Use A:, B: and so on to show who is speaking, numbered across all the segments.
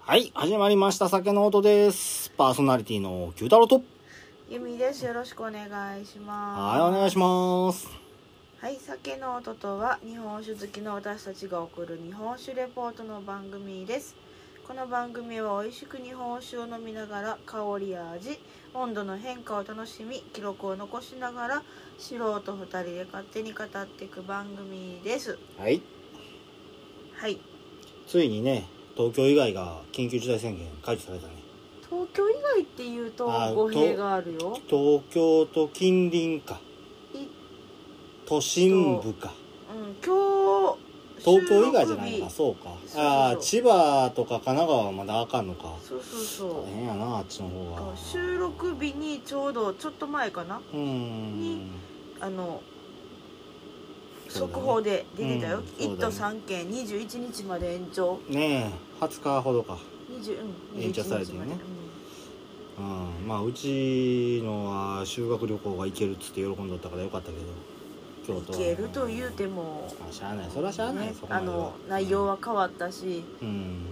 A: はい、始まりました。酒の音です。パーソナリティの九太郎と。
B: ゆみです。よろしくお願いしま
A: は
B: す。
A: い、お願いします。
B: はい、酒の音とは日本酒好きの私たちが送る日本酒レポートの番組です。この番組は美味しく日本酒を飲みながら香りや味、温度の変化を楽しみ、記録を残しながら素人二人で勝手に語っていく番組です。
A: はい。
B: はい、
A: ついにね、東京以外が緊急事態宣言解除されたね。
B: 東京以外って言うと
A: あ
B: 語弊があるよ。
A: 東京と近隣か。
B: い
A: 都心部か。
B: うん、今日
A: 東京以外じゃない
B: 収録
A: な、
B: 日
A: そうか。
B: そう
A: ああ、千葉とか神奈川はまだあかんのか。
B: そうそうそう
A: 大。変やな、あっちの方が。
B: 収録日にちょうどちょっと前かな
A: うーん。
B: あの
A: そうだね
B: 速報で出てたよ、
A: うんそう
B: 1
A: だ
B: 都
A: ね
B: 3県21日まで延長
A: ねえ、20日ほどか。
B: 20、うん、
A: 延長されてるね
B: 21日まで
A: うん、まあうちのは修学旅行が行けるっつって喜んどったからよかったけど京
B: うん
A: 都
B: いけると言うて
A: も
B: も、
A: しゃあないそれはしゃあない、
B: ね
A: そこま
B: あ
A: では
B: の内容は変わったし、
A: うん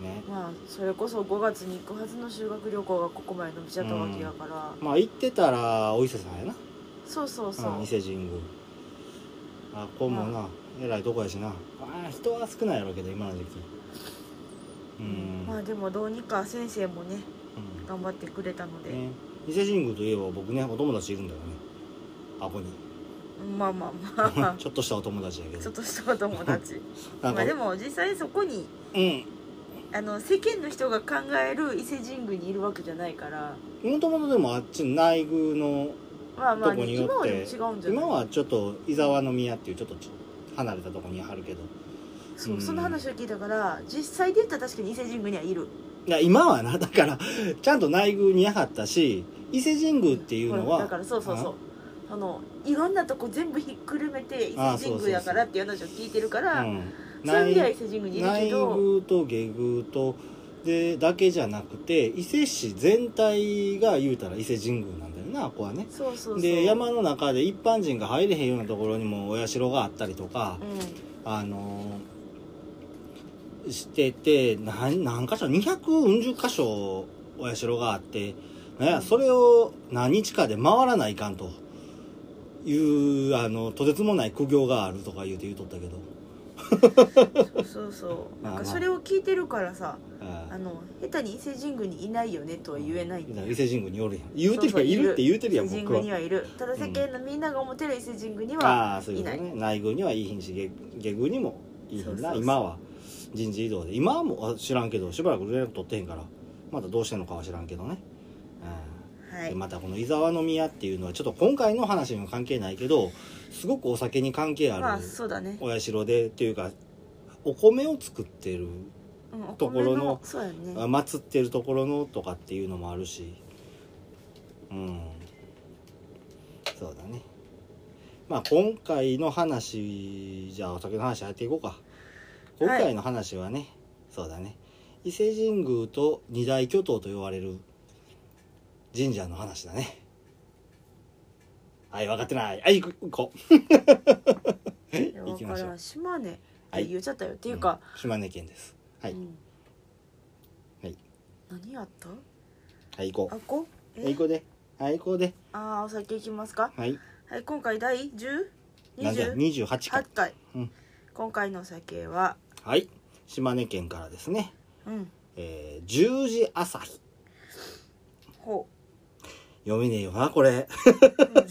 A: ね
B: まあそれこそ5月に行くはずの修学旅行がここまで伸びちゃったわけやから、
A: まあ行ってたらお伊勢さんやな
B: そうそうそう、
A: ん、伊勢神宮あここもな、えらいとこやしなあー人は少ないやろうけど今の時期う
B: うんん、まあでもどうにか先生もね
A: うん
B: 頑張ってくれたので、
A: ね伊勢神宮といえば僕ねお友達いるんだよねあこに
B: まあまあま あ
A: ちょっとしたお友達やけ
B: ちょっ
A: ど
B: としたお友達
A: なん
B: ま
A: か
B: あでも実際そこに
A: うん
B: あの世間の人が考える伊勢神宮にいるわけじゃないから
A: もともとでもあっちの内宮の
B: まあまあ、
A: どこによって
B: 今はでも違うんじゃない
A: 今はちょっと伊沢の宮っていうちょっと離れたところにあるけど
B: そううんその話を聞いたから実際で言ったら確かに伊勢神宮にはいる
A: いや今はなだから ちゃんと内宮にやはったし伊勢神宮っていうの
B: ほ
A: は
B: らだからそうそうそうあのいろんなとこ全部ひっくるめて伊
A: ああ
B: 勢神宮やからっていう話を聞いてるか
A: あ
B: ら
A: うん、
B: そういう意味では
A: 内
B: 伊勢神宮にいる
A: 内
B: けど
A: 宮と下宮とでだけじゃなくて伊勢市全体が言うたら伊勢神宮なんだよなここはね
B: そうそうそう
A: で山の中で一般人が入れへんようなところにもお社があったりとか、
B: う
A: あのーしてて何何箇所240箇所お社があってなんやそれを何日かで回らないかんというあのとてつもない苦行があるとか言うて言うとったけど
B: んそうそうな
A: まあ
B: ん
A: まあ
B: かそれを聞いてるからさあ
A: あ
B: の下手に伊勢神宮にいないよねとは言えないんだよ
A: 伊勢神宮におるやん言うてるやんいるって言うてるやん
B: 伊勢神
A: 僕
B: 宮に
A: は
B: はいるただ世間のみんなが思ってる伊勢神宮には、
A: ああーそういうこと
B: いな
A: ね内宮にはいいひんし下下宮にもいいひ
B: そうんそう
A: な
B: そう
A: 今は人事異動で今はもうあ知らんけどしばらく連絡取ってへんからまだどうしてんのかは知らんけどねうん
B: はい
A: でまたこの伊沢の宮っていうのはちょっと今回の話には関係ないけどすごくお酒に関係
B: ま
A: あ
B: あ
A: る
B: そうだね、
A: お社でっていうかお米を作ってる
B: うん、お米
A: ところの
B: そうやね
A: 祀ってるところのとかっていうのもあるしうんそうだねまあ今回の話じゃあお酒の話やっていこうか今回の話はね、そうだね伊勢神宮と二大巨頭と言われる神社の話だねはい分かってないはい行こう
B: いや
A: 行
B: わ
A: き
B: か
A: ましょう
B: らん島根っ
A: は
B: て
A: い
B: 言っちゃったよ、っていうか、
A: ん島根県ですはい、
B: うん
A: はい
B: 何やった
A: はい行こ
B: あこ
A: うはい行こうではい行こうで
B: あーお酒いきますか
A: はい
B: はい今回第
A: なんじゃ
B: 1028
A: 28回
B: 回、
A: うん
B: 今回のお酒は
A: はい島根県からですね、
B: うん
A: えー、十字朝日
B: ほ
A: 読めねえよなこれ
B: う うん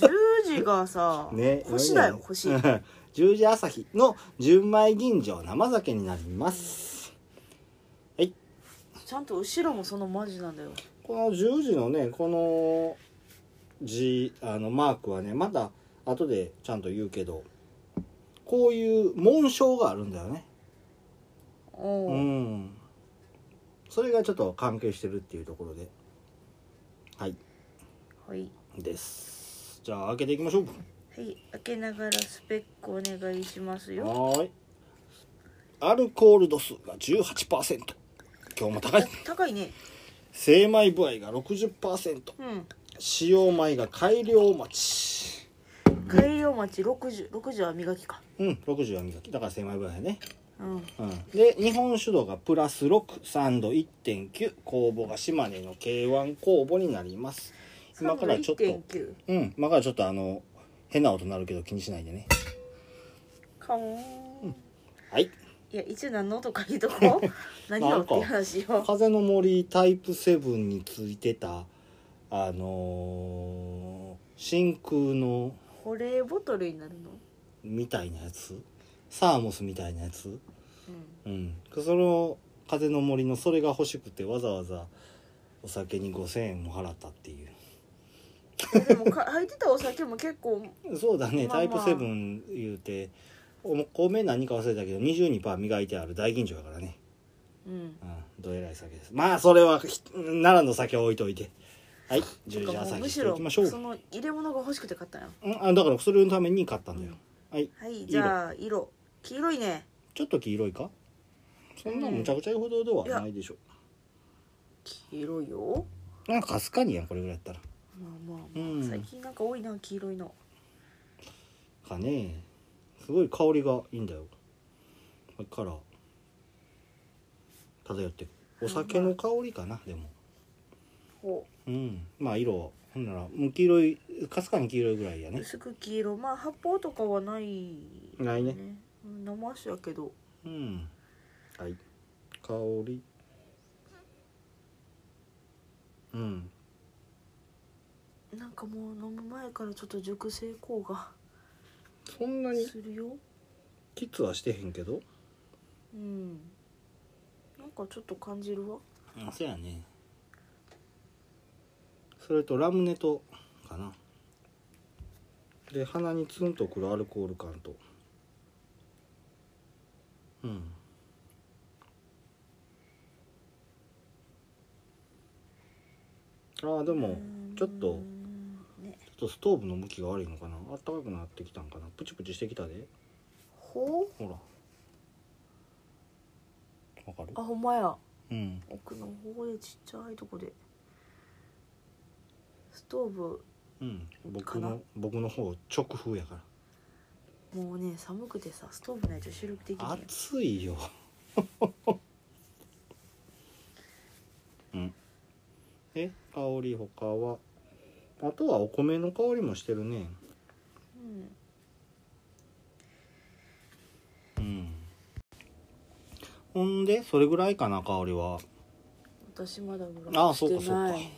B: 十字がさ、
A: ね
B: 星だよ星
A: 読めねえ 十字朝日の純米吟醸生酒になります
B: ちゃんと後ろもそのマジなんだよ
A: この十字のねこの字あのマークはねまた後でちゃんと言うけどこういう紋章があるんだよね
B: お
A: う
B: ー
A: んそれがちょっと関係してるっていうところではい
B: はい
A: ですじゃあ開けていきましょう
B: はい、開けながらスペックお願いしますよ。
A: はーいアルコール度数が18%今日も高い
B: 高いね。
A: 精米部合が60%
B: うん。
A: 使用米が改良待ち
B: 改良町六十、六十は磨きか。
A: うん60は磨きだから精米部合やね
B: うんうん
A: うん、で日本酒度がプラス6酸度1.9酵母が島根の K1 酵母になります今からちょっと
B: 1.9
A: うん今からちょっとあの変な音鳴るけど気にしないでね
B: カモーン
A: はい
B: いや一応何の音か言うとこ 何をっていう話
A: 「
B: を
A: 風の森タイプ7」についてたあのー真空の
B: 保冷ボトルになるの
A: みたいなやつサーモスみたいなやつ
B: うん
A: うん、その風の森のそれが欲しくてわざわざお酒に5,000円も払ったってい
B: えでもか入ってたお酒も結構
A: うそうだね、
B: まあまあ
A: タイプセブン言うてお米何か忘れたけど22%磨いてある大吟醸やからね、
B: うん
A: うん、どえらい酒ですまあそれはひ奈良の酒は置いといてはい十時
B: とかも
A: 朝
B: う
A: 日
B: む
A: し
B: して
A: い
B: ろ
A: きましょう
B: その入れ物が欲しくて買ったんや
A: うん、あだからそれのために買ったんだよ、はい
B: はいじゃあ色黄色いね
A: ちょっと黄色いかそんなむちゃくちゃいほどではないでしょ
B: 黄色いよ
A: うなんかかすかにやんこれぐらいやったら
B: まあまあま
A: う
B: あ、
A: ん
B: 最近なんか多いな黄色いの
A: かねすごい香りがいいんだよだから漂ってお酒の香りかなでも
B: ほ
A: うんまあ色ほんならもう黄色いかすかに黄色いぐらいや
B: う
A: ね
B: 薄く黄色まあ発泡とかはない
A: ないね
B: うん生足やけど
A: うんはい香りうん
B: なんかもう飲む前からちょっと熟成効が
A: そんなに
B: するよ
A: キツはしてへんけど
B: うんなんかちょっと感じるわ
A: あそやねそれとラムネとかなで鼻にツンとくるアルコール感とうんあーでもちょっと
B: うんね
A: ちょっとストーブの向きが悪いのかなあったかくなってきたんかなプチプチしてきたで
B: ほ
A: ほらわかる
B: うあほんまや
A: うん
B: 奥の方でちっちゃいとこでストーブ
A: うん僕
B: かな
A: の僕の方直風やから
B: もうね寒くてさストーブないと収録できない
A: 暑いようんえ香り他はあとはお米の香りもしてるね
B: うん
A: うんほんでそれぐらいかな香りは
B: 私まだブ
A: あ
B: ラ
A: あそうか
B: して
A: そうか
B: ない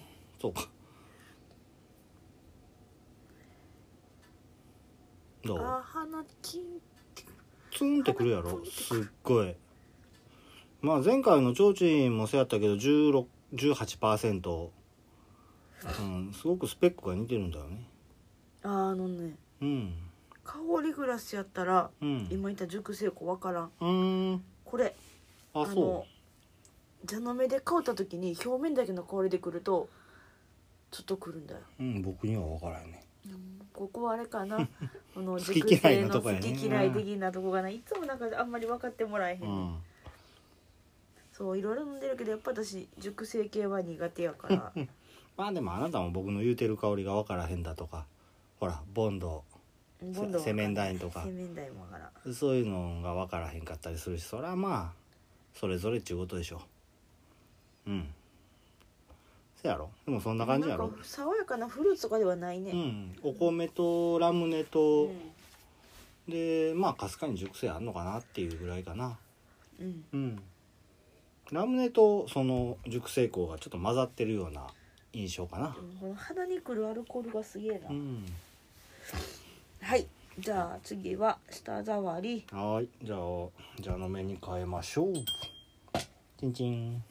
A: そうかどう
B: あ鼻キン
A: ツンってくるやろすっごいまあ前回の提灯もそうやったけど16 18%うんすごくスペックが似てるんだよね
B: あーあのね
A: うん
B: 香りグラスやったら
A: うん
B: 今言った熟成庫わからん
A: うーん
B: これ
A: あそ
B: 蛇の目で香った時に表面だけの香りでくるとちょっとくるんだよ
A: ううん僕には分からんね
B: ここはあれ かなこの
A: 好き
B: 熟
A: 嫌い
B: 成
A: の
B: の
A: と
B: 好
A: こやね
B: き嫌い的なとこがないいつもなんかあんまり分かってもらえへん、
A: うん
B: そういろいろ飲んでるけどやっぱ私熟成系は苦手やから
A: まあでもあなたも僕の言うてる香りが分からへんだとかほらボンド
B: ボンドは
A: せ洗面台とか
B: 洗面台もわからん
A: そういうのが分からへんかったりするしそれはまあそれぞれっちゅうことでしょうんせやろでもそんな感じやろ
B: んか爽やかなフルーツとかではないね、
A: うん、お米とラムネ
B: う
A: と、
B: ん
A: でまあかすかに熟成あんのかなっていうぐらいかな
B: うん
A: うんラムネとその熟成香がちょっと混ざってるような印象かな
B: でもこの鼻にくるアルコールがすげえな、
A: うん
B: はいじゃあ次は舌触り
A: はーいじゃあじゃあの目に変えましょうチンチン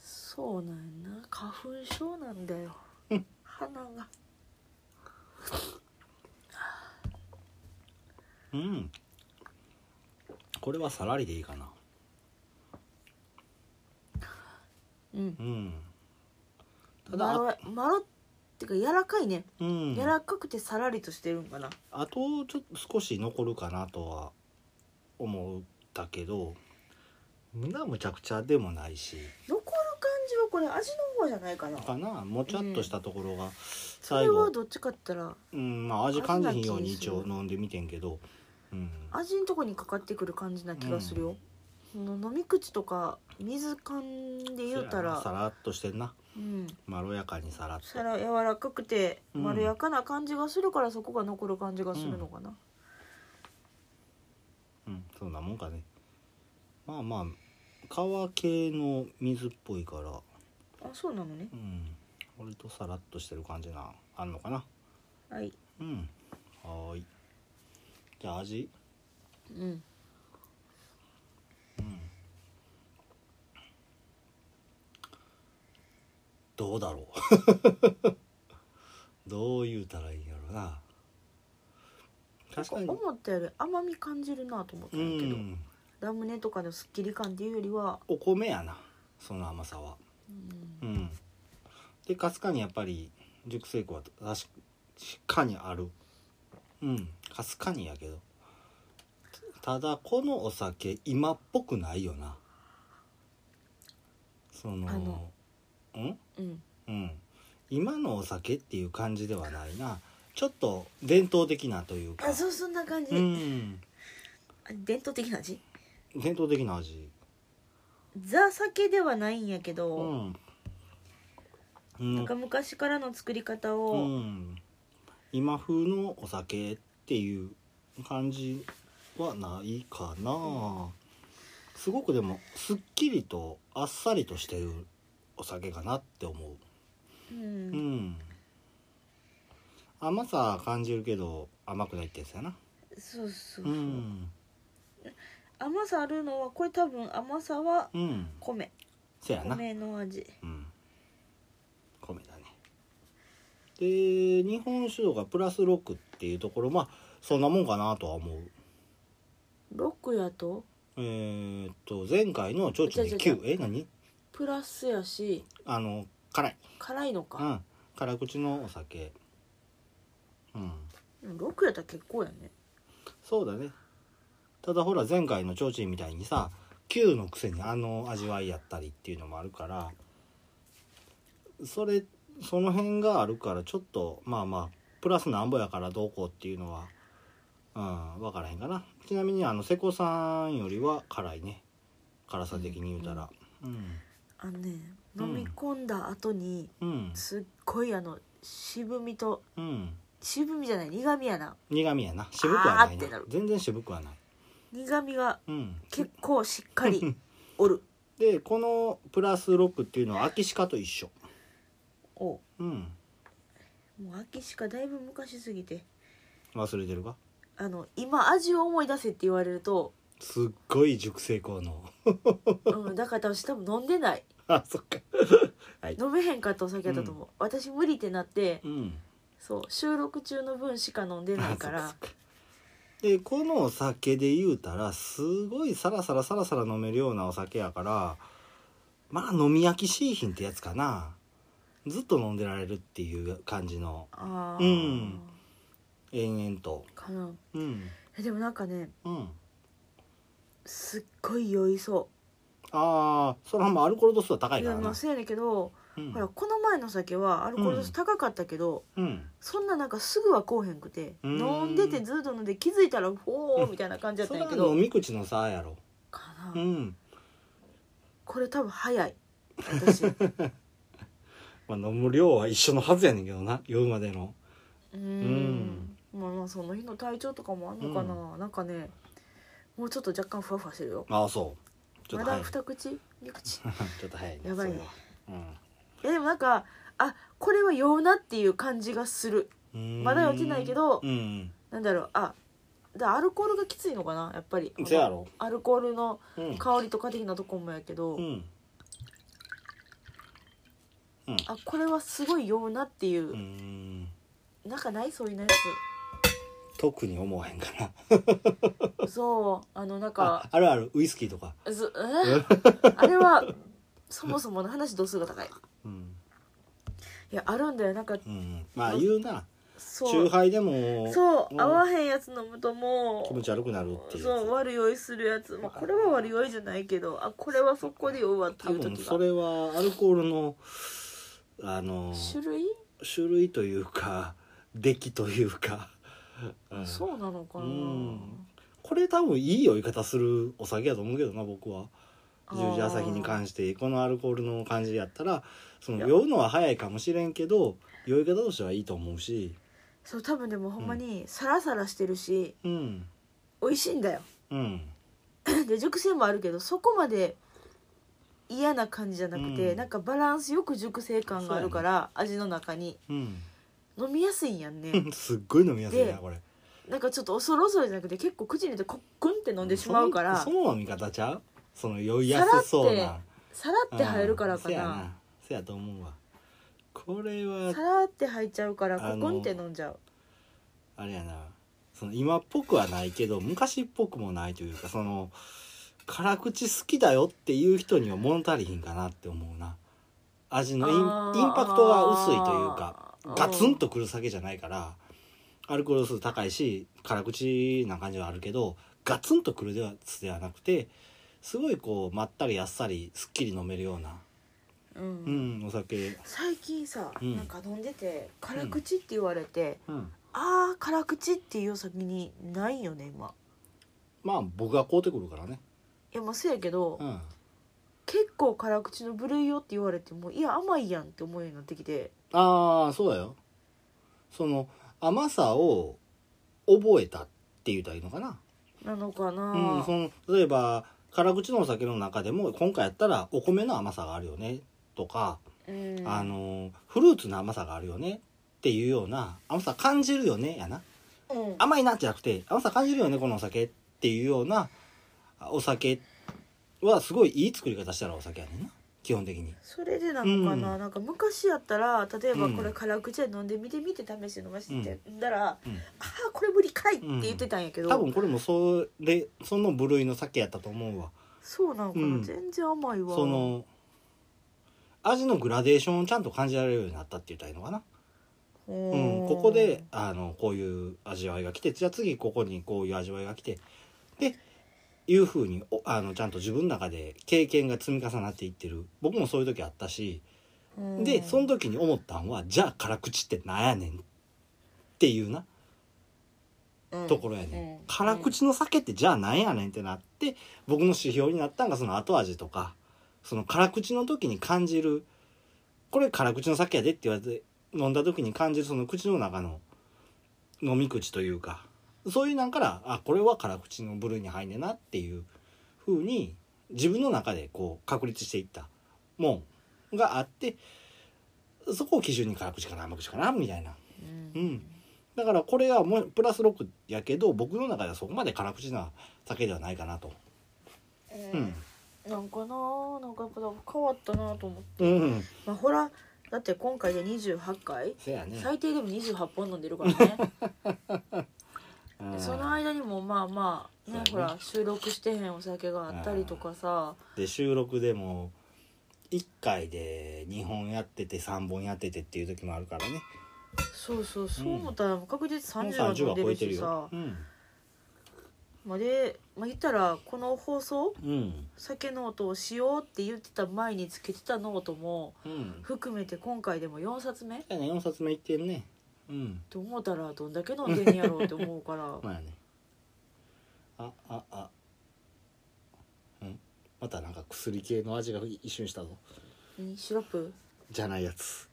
B: そうなんやな花粉症なんだよ鼻が
A: うんこれはさらりでいいかな
B: うん
A: うんただ
B: まろまろってか柔らかいね、
A: うん
B: 柔らかくてさらりとしてるんかな
A: あとちょっと少し残るかなとは思ったけどむなむちゃくちゃでもないし
B: 残る感じはこれ味の方じゃないかな
A: かなもちゃっとしたところが
B: こ
A: 最
B: れ
A: 後
B: は、どっちかって言ったら
A: うんまあ、味感じひんように
B: 味な気
A: 一
B: がする
A: 応飲んでみてんけど、うん、
B: 味のとこにかかってくる感じな気がするよ、その飲み口とか水感で言うた
A: そやなさ
B: ら
A: らっとしてんな
B: うん
A: まろやかにさらっと
B: さら柔らかくて
A: うん
B: まろやかな感じがするからそこが残る感じがするのかな、
A: うんそんなもんかねまあまあ皮系の水っぽいから
B: あそうなのね
A: うん割とさらっとしてる感じなあんのかな
B: はい
A: うんはーいじゃあ味
B: うん
A: どうだろう どう言うたらいいんやろな確かに
B: 思ったより甘み感じるなと思った
A: うん
B: やけど、
A: ん
B: ラムネとかのすっきり感っていうよりは、
A: お米やなその甘さは
B: うん
A: うんでかすかにやっぱり熟成庫は確かにあるうんかすかにやけどただこのお酒今っぽくないよなその
B: あの
A: うん
B: うん
A: うん、今のお酒っていう感じではないなちょっと伝統的なというか
B: あそうそんな感じ、
A: うん
B: あ伝統的な味
A: 伝統的な味
B: ザ酒ではないんやけ
A: う
B: ど、
A: ん、うん
B: なんか昔からの作り方
A: う
B: を、
A: ん、今風のお酒っていう感じはないかな、すごくでもすっきりとあっさりとしてるお酒かなって思う
B: うん
A: うん甘さ感じるけど甘くないってやつやな
B: そうそうそうう、
A: ん
B: 甘さあるのはこれ多分甘さは
A: うん
B: 米
A: せやな
B: 米の味
A: うん米だねで日本酒度がプラス6っていうところまあそんなもんかなとは思う
B: 6やと
A: えーっと前回のちょうちょで
B: ちょちょ
A: 9え何
B: プラスやし
A: あの辛い、
B: 辛いの
A: う
B: か、
A: ん、辛口のお酒うん
B: 6やったら結構やね
A: そうだねただほら前回のちょうちんみたいにさ9のくせにあの味わいやったりっていうのもあるからそれその辺があるからちょっとまあまあプラスなんぼやからどうこうっていうのはうん分からへんかなちなみにあの瀬古さんよりは辛いね辛さ的に言うたら
B: あのね
A: うん
B: 飲み込んだ後に
A: うん、うん
B: すっごいあの渋みと
A: うん
B: 渋みじゃない苦みやな
A: 苦味やな渋くはない
B: あーって
A: ね
B: なる
A: 全然渋くはない、
B: 苦みが
A: うん、
B: 結構しっかりおる
A: でこのプラス6っていうのは秋鹿と一緒
B: お
A: うん
B: もう秋しかだいぶ昔すぎて
A: 忘れてるか
B: あの今味を思い出せって言われると、
A: すっごい熟成効能
B: うん、だから私多分飲んでない
A: あそっか
B: 飲めへんかったお酒だと思う、私無理ってなって
A: うん
B: そう収録中の分しか飲んでないか
A: あそ
B: ら
A: っそっでこのお酒で言うたらすごいサラサラサラサラ飲めるようなお酒やからまあ飲み飽きしいひんってやつかなずっと飲んでられるっていう感じの
B: ああ
A: うん延々と
B: かな
A: うん
B: えでもなんかね
A: うん
B: すっごい酔いそ
A: ああそれはもうアルコール度数は高
B: う
A: い
B: い
A: か
B: や
A: ら
B: ま
A: な
B: あそうやねんけど、
A: うん
B: ほらこの前の酒はアルコール度数高かったけど、
A: うん
B: そんななんかすぐはこうへんくて
A: うん
B: 飲んでてずっと飲んで気づいたら「ほー」みたいな感じやった
A: そ
B: ん
A: れ
B: や
A: は
B: けど
A: 飲み口の差やろ
B: か
A: う
B: なんこれ多分早い 私う
A: まあ飲む量は一緒のはずやねんけどな酔うまでの
B: ーんまあまあその日の体調とかもあんのかな、なんかねもうちょっと若干ふわふわしてるよ
A: ああそうちょっ
B: ま
A: と早
B: だ
A: い
B: 二口二
A: ち
B: 口
A: ょっと早いね
B: やばいね
A: それはい
B: やでもなんかあこれは酔うなっていう感じがする
A: うん
B: まだ酔ってないけど
A: うん
B: なんだろうあだアルコールがきついのかなやっぱり
A: せやろ
B: アルコールの
A: うん
B: 香りとか的なとこもやけど、
A: うん
B: あこれはすごい酔うなっていう、
A: うん
B: なんかないそういうやつ
A: 特に思わへんかな
B: そうあのなん
A: あ
B: か
A: あるあるウイスキーとか
B: ず えあれはそもそもの話度数が高い
A: うん
B: いやあるんだよなんか
A: うんまあ言うな
B: そ
A: 酎
B: う
A: ハイでも
B: そう
A: うん
B: 合わへんやつ飲むとも
A: 気
B: う
A: 持ち悪くなるっていう
B: そう
A: や
B: 悪酔いするやつ、まあ、これは悪酔いじゃないけどあこれはそこで酔うわっ
A: つ
B: て
A: 多
B: いう
A: 分
B: 時
A: そ
B: が
A: れはアルコールのあの
B: 種類
A: 種類というか出来というか、うん
B: そうなのかな、
A: うんこれ多分いい酔い方するお酒やと思うけどな僕は
B: あー
A: 十時朝日に関してこのアルコールの感じやったらそ
B: いや
A: の酔うのは早いかもしれんけど酔い方としてはいいと思うし
B: そう多分でもほんまにサラサラしてるし、
A: うん
B: 美味しいんだよ
A: うん
B: で熟成もあるけどそこまで嫌な感じじゃなくて、
A: うん
B: なんかバランスよく熟成感があるから、味の中に
A: うん
B: 飲みやすいんやんね
A: すっごい飲みやすい
B: で
A: なこれ
B: なんかちょっと恐ろ恐ろじゃなくて結構口に入れてコックンって飲んでしまうから
A: その飲み方ちゃうその酔いやすそうな
B: さらって入るからか
A: うんせや
B: な
A: なせやと思うわこれは
B: さらって入っちゃうから
A: あ
B: コ
A: の
B: コンって飲んじゃう
A: あれやなその今っぽくはないけど昔っぽくもないというかその辛口好きだよっていう人には物足りひんかなって思うな味のイン
B: あー
A: インパクトが薄いというか
B: あー
A: ガツンとくる酒じゃないからアルコール度数高いし辛口な感じはあるけどガツンとくるではではなくてすごいこうまったりあっさりすっきり飲めるような、
B: うん、
A: うん、お酒、
B: 最近さ、
A: うん
B: なんか飲んでて辛口って言われて、
A: うん、
B: あー辛口っていう先にないよね今
A: まあ僕が買うてくるからね、
B: いやまあそうやけど、
A: うん、
B: 結構辛口の部類よって言われてもいや甘いやんって思うようになってきて
A: ああそうだよその甘さを覚えたって言うたらいいのかな、
B: なのかな、
A: うん、その例えば辛口のお酒の中でも今回やったらお米の甘さがあるよねとか、
B: うん
A: あのフルーツの甘さがあるよねっていうような甘さ感じるよねやな
B: うん
A: 甘いなじゃなくて甘さ感じるよねこのお酒っていうようなお酒はすごいいい作り方したらお酒やねんな基本的に
B: それでなのかな、
A: うん
B: なんか昔やったら例えば
A: うん
B: これ辛口で飲んでみてみて試して飲ませてんだら、
A: うん
B: ああこれ無理かいって言ってたんやけど、
A: 多分これもそれその部類の酒やったと思うわ
B: そうなのかな、
A: うん
B: 全然甘いわ
A: その味のグラデーションをちゃんと感じられるようになったって言ったらいいのかな、う
B: うん
A: ん、ここであのこういう味わいが来てじゃあ次ここにこういう味わいが来てでいうふうにおあのちゃんと自分の中で経験が積み重なっていってる僕もそういう時あったしでその時に思ったんはじゃあ辛口ってなんやねんっていうな
B: の
A: ところやね、
B: うん
A: ん、辛口の酒ってじゃあなんやねんってなって僕の指標になったんがその後味とかその辛口の時に感じるこれ辛口の酒やでって言われて飲んだ時に感じるその口の中の飲み口というかそういうなんからあこれは辛口の部類に入んねんなっていうふうに自分の中でこう確立していったもんがあってそこを基準に辛口かな甘口かなみたいな
B: うん
A: うんだからこれはもうプラス6やけど僕の中ではそこまで辛口な酒ではないかなと。
B: う
A: うんん、
B: なんかななんかやっぱ変わったなと思って、
A: うん、
B: まあ、ほらだって今回で28回、
A: せやね。
B: 最低でも28本飲んでるからね
A: うん
B: その間にもまあまあね
A: そ
B: ほ
A: うやね
B: ら収録してへんお酒があったりとかさ
A: で収録でも1回で2本やってて3本やっててっていう時もあるからね。
B: そうそうそう
A: うん
B: 思ったら確実
A: もう
B: 30は飲ん
A: は
B: で
A: 超え
B: る
A: てる
B: し
A: よ
B: さ。、
A: うん、
B: まあ、で、まあ、言ったらこの放送
A: うん、
B: 酒ノートをしようって言ってた前につけてたノートも
A: うん。
B: 含めて今回でも4冊目
A: せやね、4冊目いってんね。うん、
B: と思ったらどんだけ飲んでんやろうって思うから
A: まあやね。あ、あ、あ。うん、またなんか薬系の味が一瞬したぞ。
B: 何シロップ
A: じゃないやつ。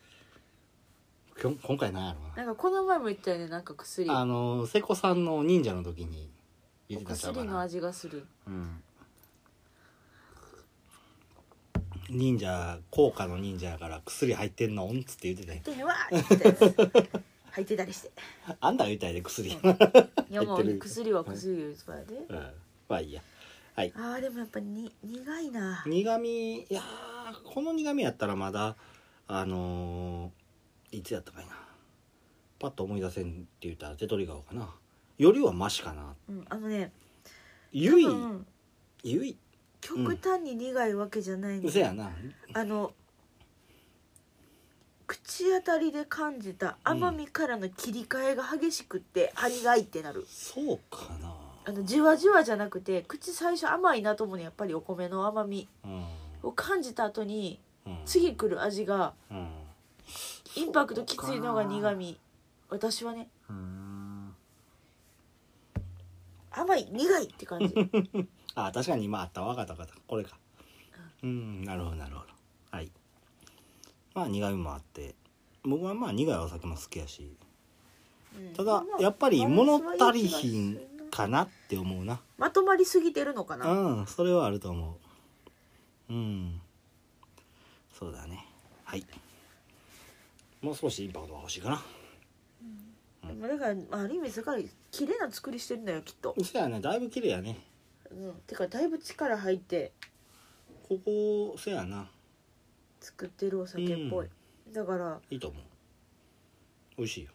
A: きょ今回なんやろうな。
B: なんかこの前も言ったよねなんか薬
A: あの瀬古さんの忍者の時に言
B: お
A: ってたんちゃうか
B: 薬
A: な
B: の味がする
A: うん、忍者効果の忍者やから薬入ってんのんっつって言ってたよ
B: でへんわーって言った やつ入ってたりして
A: あんたが言ったんやで薬、
B: いやもう
A: 入ってる
B: 薬は薬いうつばやで、
A: うん、 まあいいやはい
B: あーでもやっぱに苦いな
A: 苦味いやーこの苦味やったらまだあのーいつやったかいなパッと思い出せんって言ったら手取り顔かなよりはマシかな
B: うんあのね多
A: ゆい
B: 分
A: ゆい
B: 極端に苦いわけじゃないんだ
A: せやな
B: あの口当たりで感じた甘みからの切り替えが激しくって歯苦いってなる
A: そうかな
B: あのじわじわじゃなくて口最初甘いなと思うのやっぱりお米の甘み
A: うん、
B: を感じた後に
A: うん、
B: 次来る味が
A: うん
B: インパクトきついのが苦味私はね
A: うん
B: 甘い苦いって 感じ
A: あ確かに今あったわかったわかったこれかうんなるほどなるほどはいまあ苦味もあって僕はまあ苦いお酒も好きやし
B: うん
A: ただ
B: まあ
A: やっぱり物足り
B: バランスはいい
A: ひん
B: 気がするな
A: かなって思うな
B: まとまりすぎてるのかな
A: うんそれはあると思ううんそうだねはいもう少しインパクトが欲しいかな
B: でもだからまあある意味だから綺麗な作りしてるんだよきっと、
A: そやねだいぶ綺麗やね
B: うん、てかだいぶ力入って
A: ここそやな
B: 作ってるお酒っぽい、だから
A: いいと思う美味しいよ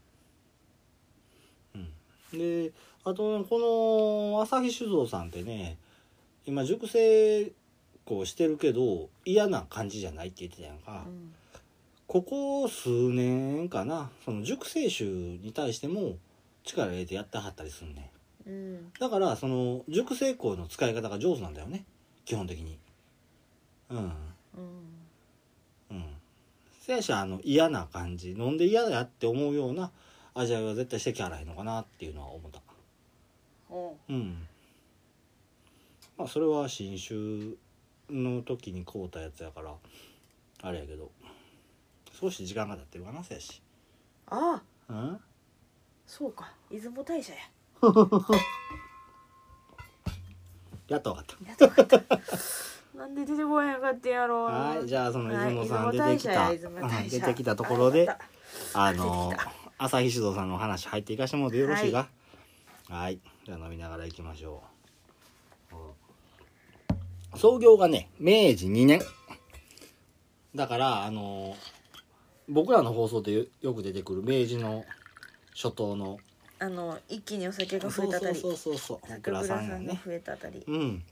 A: うんであとねこの朝日酒造さんってね今熟成こうしてるけど嫌な感じじゃないって言ってたやんか、
B: うん
A: ここ数年かなその熟成酒に対しても力入れてやってはったりすんね
B: うん
A: だからその熟成香の使い方が上手なんだよね基本的にうん
B: うん
A: うんせやしあの嫌な感じ飲んで嫌だって思うような味わいは絶対してきはらへんのかなっていうのは思った
B: お
A: うんまあそれは新酒の時に買うたやつやからあれやけど少し時間が経ってるかなせやし
B: ああ
A: うん
B: そうか出雲大社や
A: やっとわかった
B: やっとわ かったなんで出てこへんかってんやろ
A: はい、じゃあその出雲さん出
B: はい
A: てきた、
B: 出雲大
A: う
B: 社や
A: ん
B: 出雲大 社
A: 出てきたところ
B: あよ
A: で、
B: か
A: あ
B: った
A: の
B: 出てきた
A: 朝日酒造さんのお話入っていかしてもらってよろしいが、はい、じゃあ飲みながら行きましょう。うん創業がね、明治2年。だからあの僕らの放送でよよく出てくる明治の初頭の
B: あの一気にお酒が
A: そ
B: 増え
A: う
B: たあたり
A: そうそうそう
B: 酒
A: 桜
B: 蔵
A: さ
B: さ
A: んや
B: んが
A: ね。
B: 増えたあたり
A: うん。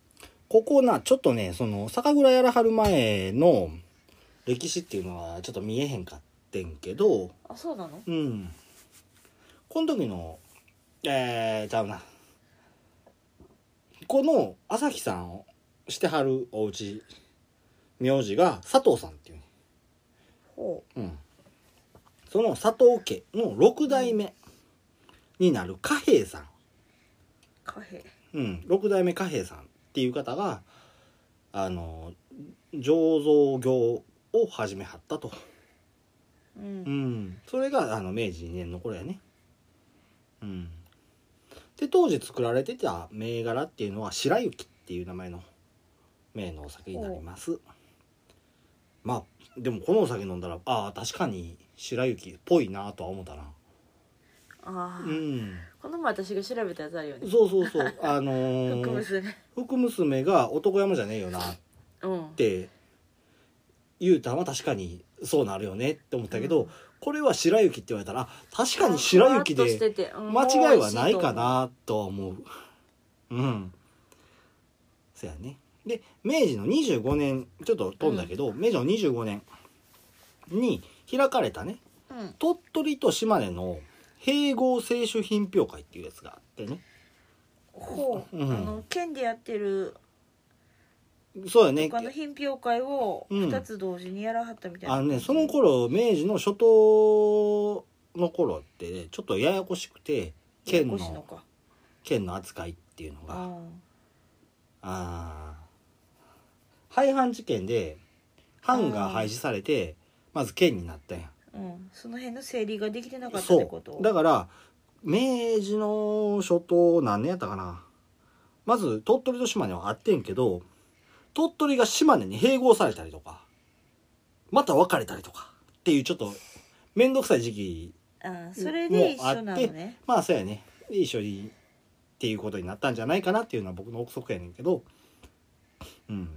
A: ここな、ちょっとね、その、酒蔵やらはる前の歴史っていうのはちょっと見えへんかってんけど、
B: あそうなの
A: うん。この時の、えー、ちゃうな。この、朝日さんをしてはるお家、名字が佐藤さんっていうね。
B: ほ
A: うん。その佐藤家の6代目になる貨幣さん。
B: うカフェ
A: うん、六代目貨幣さんっていう方があの醸造業を始めはったと、
B: う
A: うんん、それがあの明治2年の頃やね、うん、で当時作られてた銘柄っていうのは白雪っていう名前の銘のお酒になりますまあでもこのお酒飲んだらああ確かに白雪っぽいなとは思ったな
B: ああ
A: うん
B: この前私が調べたやつあるよね
A: そうそう そうあのー、
B: 福娘
A: 福娘が男山じゃねえよなっ
B: うん
A: って言うたんは確かにそうなるよねって思ったけど、これは白雪って言われたら確かに白雪
B: ふわっとして
A: で
B: てうん
A: 間違いはないか
B: も
A: なとは思ううんそやねで明治の25年ちょっと飛んだけど、明治の25年に開かれたね
B: う美味しいと思う
A: 鳥取と島根の併合清酒品評会っていうやつがあってね
B: ほう、
A: うん
B: あの県でやってる
A: そうやね
B: 他の品評会を
A: うん
B: 2つ同時にやらはったみたいな、
A: あのねその頃明治の初頭の頃ってねちょっとややこしくて県
B: ややこしいの
A: の
B: か
A: 県の扱いっていうの
B: あ
A: があー廃藩事件で藩が廃止されてまず県になったんや
B: ーうんその辺の整理ができてなかったって
A: そ
B: こと
A: うだから明治の初頭何年やったかなまず鳥取と島根はあってんけど鳥取が島根に併合されたりとかまた別れたりとかっていうちょっと面倒くさい時期
B: あーそれで一緒なのね
A: まあそうやねで一緒にっていうことになったんじゃないかなっていうのは僕の憶測やねんけどうん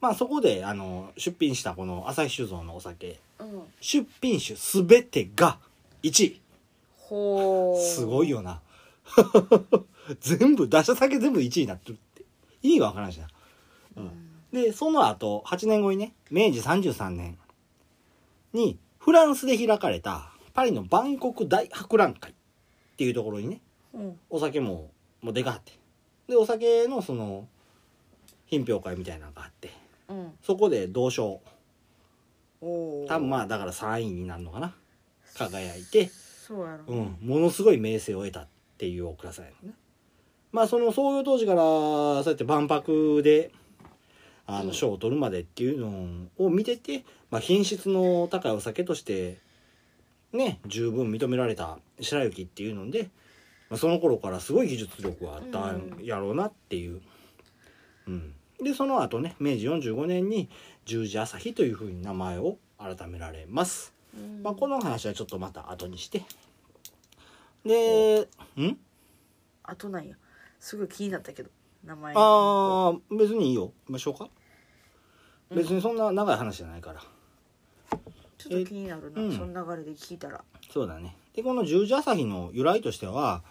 A: まあそこであの出品したこの朝日酒造のお酒
B: うん
A: 出品酒全てが1位
B: ほう
A: すごいよな 全部出した酒全部1位になってるって意味がわからんしな
B: うん、
A: でその後8年後にね明治33年にフランスで開かれたパリの万国大博覧会っていうところにね
B: うん
A: お酒ももう出があってでお酒のその品評会みたいなのがあって
B: うん
A: そこで同賞
B: おお
A: 多分まあだから3位になるのかな輝いて、
B: そうやろ
A: うん、ものすごい名声を得たっていうお蔵さんやねまあその創業当時からそうやって万博であ
B: うん
A: の賞を取るまでっていうのを見てて、まあ、品質の高いお酒としてね十分認められた白雪っていうので、まあ、その頃からすごい技術力があったんやろうなっていう、うん、でその後ね明治45年に十字朝日というふうに名前を改められます
B: うん
A: まあ、この話はちょっとまた後にしてでん
B: あとなんやすごい気になったけど名前
A: ああ別にいいよましょうか
B: うん
A: 別にそんな長い話じゃないから、
B: ちょっと気になるな、
A: えうん
B: その流れで聞いたら
A: そうだねでこの十字朝日の由来としては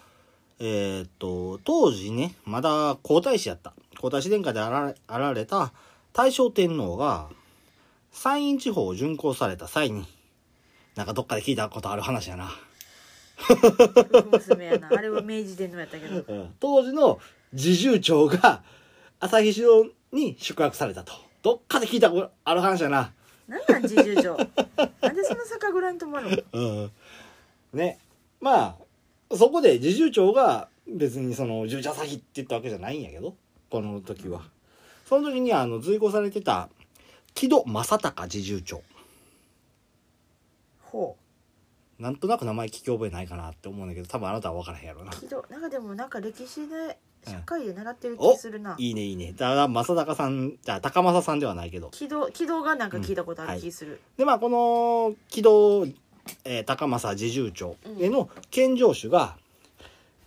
A: えーっと当時ねまだ皇太子やった皇太子殿下であられあられた大正天皇が山陰地方を巡行された際になんかどっかで聞いたことある話やな
B: 娘やなあれは明治天皇やったけど
A: 当時の侍従長が 旭城に宿泊されたとどっかで聞いたことある話やな
B: なんなん自重長なんでその酒蔵に泊まるの
A: うんねまあそこで侍従長が別にその十字朝日って言ったわけじゃないんやけどこの時はその時にあの随行されてた木戸正隆侍従長
B: ほ
A: なんとなく名前聞き覚えないかなって思うんだけど多分あなたは分からへんやろうな
B: う木戸なんかでもなんか歴史で社会で習ってる
A: お
B: 気するな、
A: いいねいいねだから正隆さんじゃあ高政さんではないけど
B: 木戸木戸がなんか聞いたことある気する、
A: でまあこの木戸、えー高政侍従長への献上酒が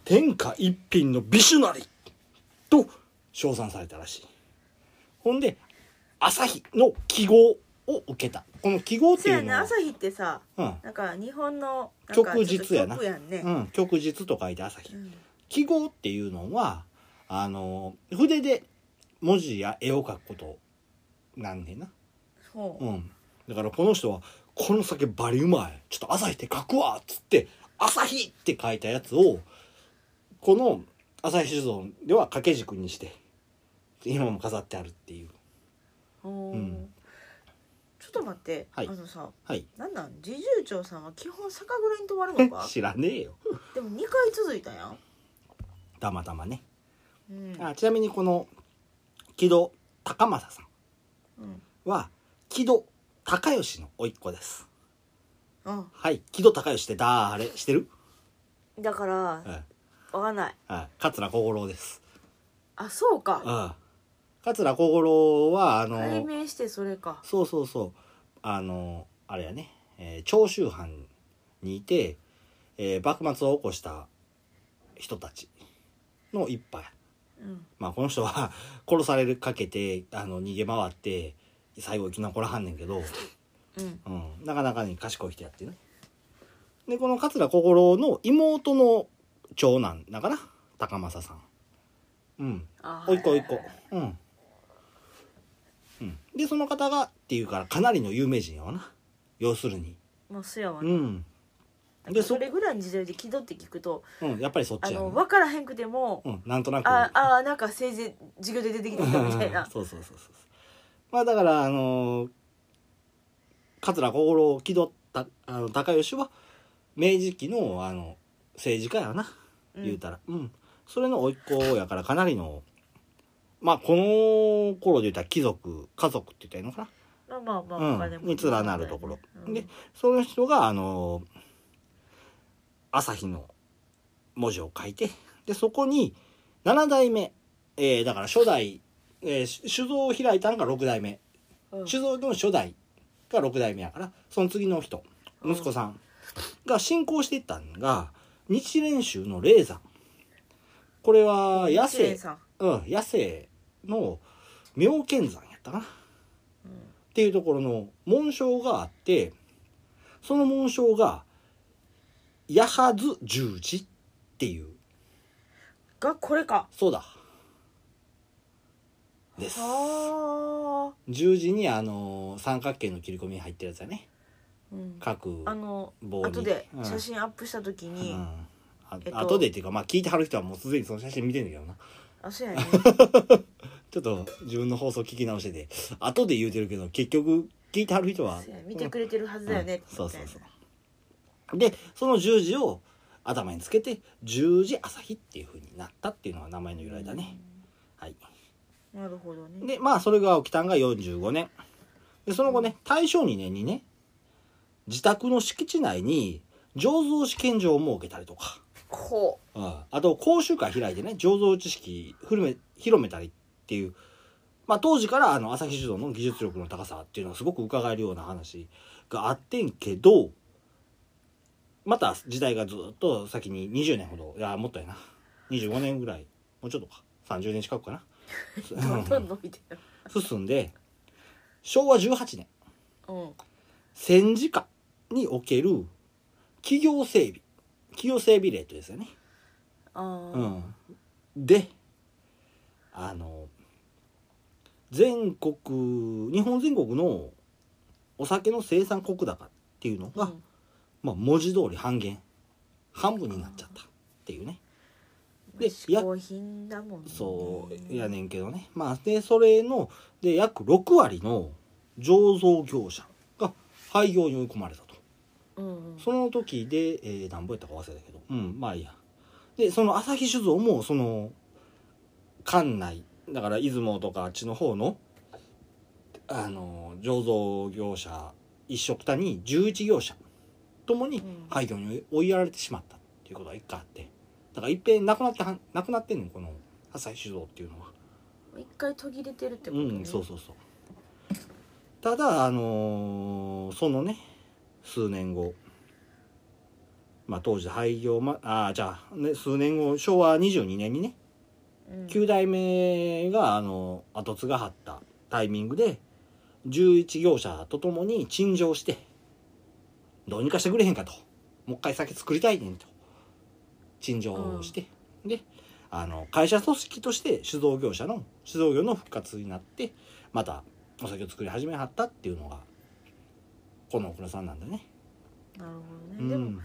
A: 天下一品の美酒なりと称賛されたらしいほんで朝日の記号を受けたこの記号って
B: せ
A: い
B: や
A: うの
B: な
A: は
B: 朝日ってさ
A: うん
B: なんか日本のなんか
A: 旭日やな
B: ちょっと曲んね、
A: うん、旭日と書いて朝日
B: うん
A: 記号っていうのはあの筆で文字や絵を描くことなんねんな
B: ほう、
A: うん、だからこの人は「この酒バリうまいちょっと朝日って書くわ」っつって「朝日」って書いたやつをこの朝日酒造では掛け軸にして今も飾ってあるっていう
B: ほう
A: うん
B: ちょっと待って、
A: はい
B: あのさ
A: はい
B: なんなん自重長さんは基本酒蔵に泊まる のか
A: 知らねえよ
B: でも2回続いたやん、
A: たまたまね、
B: うん
A: あちなみにこの木戸高政さん
B: うん、
A: は木戸高義の甥っ子です
B: あ
A: はい木戸高義って誰知ってる、
B: だから
A: うんはい
B: わかんない
A: 桂小五郎です、
B: あそう
A: うん、
B: か
A: 桂小五郎はあの
B: 改名してそれか
A: そうそうそうあのあれやね、えー長州藩にいて、えー幕末を起こした人たちの一派や
B: うん
A: まあこの人は 殺されるかけてあの逃げ回って最後生き残らはんねんけど、
B: うん
A: うん、なかなかに賢い人やってねでこの桂小五郎の妹の長男だから高政さんうん
B: あ
A: おいっ子おいっ子うん、うん、でその方がっていうからかなりの有名人やわな要するに
B: もうそやわ
A: う
B: な、
A: ん、
B: なん
A: で
B: か
A: そ
B: それぐらいの時代で気取って聞くと
A: うん、やっぱりそっ
B: あ
A: ちや
B: の
A: な、
B: 分からへんくても、
A: うん、なんとなく
B: ああなんか政治授業で出てきたみたいな
A: そうそうそうそうまあだからあのー桂小五郎木戸たあの高吉は明治期のあの政治家やな
B: うん
A: 言うたら、うんそれの甥っ子やからかなりのまあこの頃で言ったら貴族家族って言ったらいいのかな
B: まあまあまあ、お金
A: うん、
B: 持
A: に
B: ちだ
A: 連
B: よね
A: なるところ、
B: うん
A: でその人があの朝日の文字を書いてでそこに7代目、えーだから初代、えー酒造を開いたのが6代目
B: うん
A: 酒造の初代が6代目やからその次の人
B: うん
A: 息子さんが進行していったのが日蓮宗の霊山これは野
B: 一連
A: 生、
B: さん
A: うん、野生の妙見山やったかなっ
B: うん
A: ていうところの紋章があってその紋章が「矢はず十字」っていう
B: がこれか
A: そうだです
B: はあ
A: 十字にあの三角形の切り込み入ってるやつだね
B: うん、
A: 各
B: あの
A: 棒に
B: 後で
A: うん
B: 写真アップした時に、
A: うんあ
B: えっと
A: 後でっていうかまあ聞いてはる人はもうすでにその写真見てんだけどな
B: あそうや ね
A: ちょっと自分の放送聞き直してて後で言うてるけど結局聞いてはる人は
B: そうや見てくれてるはずだよね、
A: うんそうそう
B: みたいな
A: そうでその10時を頭につけて10時朝日っていう風になったっていうのが名前の由来だね、はい
B: なるほどね
A: でまあそれが起きたんが45年でその後ね大正2年にね自宅の敷地内に醸造試験場を設けたりとか、
B: こ
A: うん、あと講習会開いてね醸造知識古め広めたりっていうまあ当時からあの朝日酒造の技術力の高さっていうのはすごく伺えるような話があってんけどまた時代がずっと先に20年ほどいやもっとやな25年ぐらいもうちょっとか30年近くかな
B: うどんどん伸びてる
A: 進んで昭和18年
B: うん
A: 戦時下における企業整備企業整備令というですよね、
B: あー、
A: うん、であの全国日本全国のお酒の生産国高っていうのが、
B: うん
A: まあ、文字通り半減半分になっちゃったっていうねで
B: 嗜好品だもんね
A: そうやねんけどねまあでそれので約6割の醸造業者が廃業に追い込まれたと
B: うんうん
A: その時で、えー、何本やったか忘れたけどうんまあいいやでその朝日酒造もその館内だから出雲とかあっちの方のあの醸造業者一緒くたに11業者ともに
B: うん
A: 廃業に追いやられてしまったっていうことが一回あってだからいっぺんなくなってはんなくなってんねんこの朝日酒造っていうのは。
B: 一回途切れてるってことね、
A: うんそうそうそうただあのーそのね数年後まあ当時廃業まあーじゃあ、ね、数年後昭和22年にね
B: うん
A: 9代目があの後継がはったタイミングで11業者とともに陳情してどうにかしてくれへんかともう一回酒作りたいねんと陳情をして、であの会社組織として酒造業者の酒造業の復活になってまたお酒を作り始めはったっていうのがこの倉さんなんだね。
B: なるほどね、
A: うん
B: でも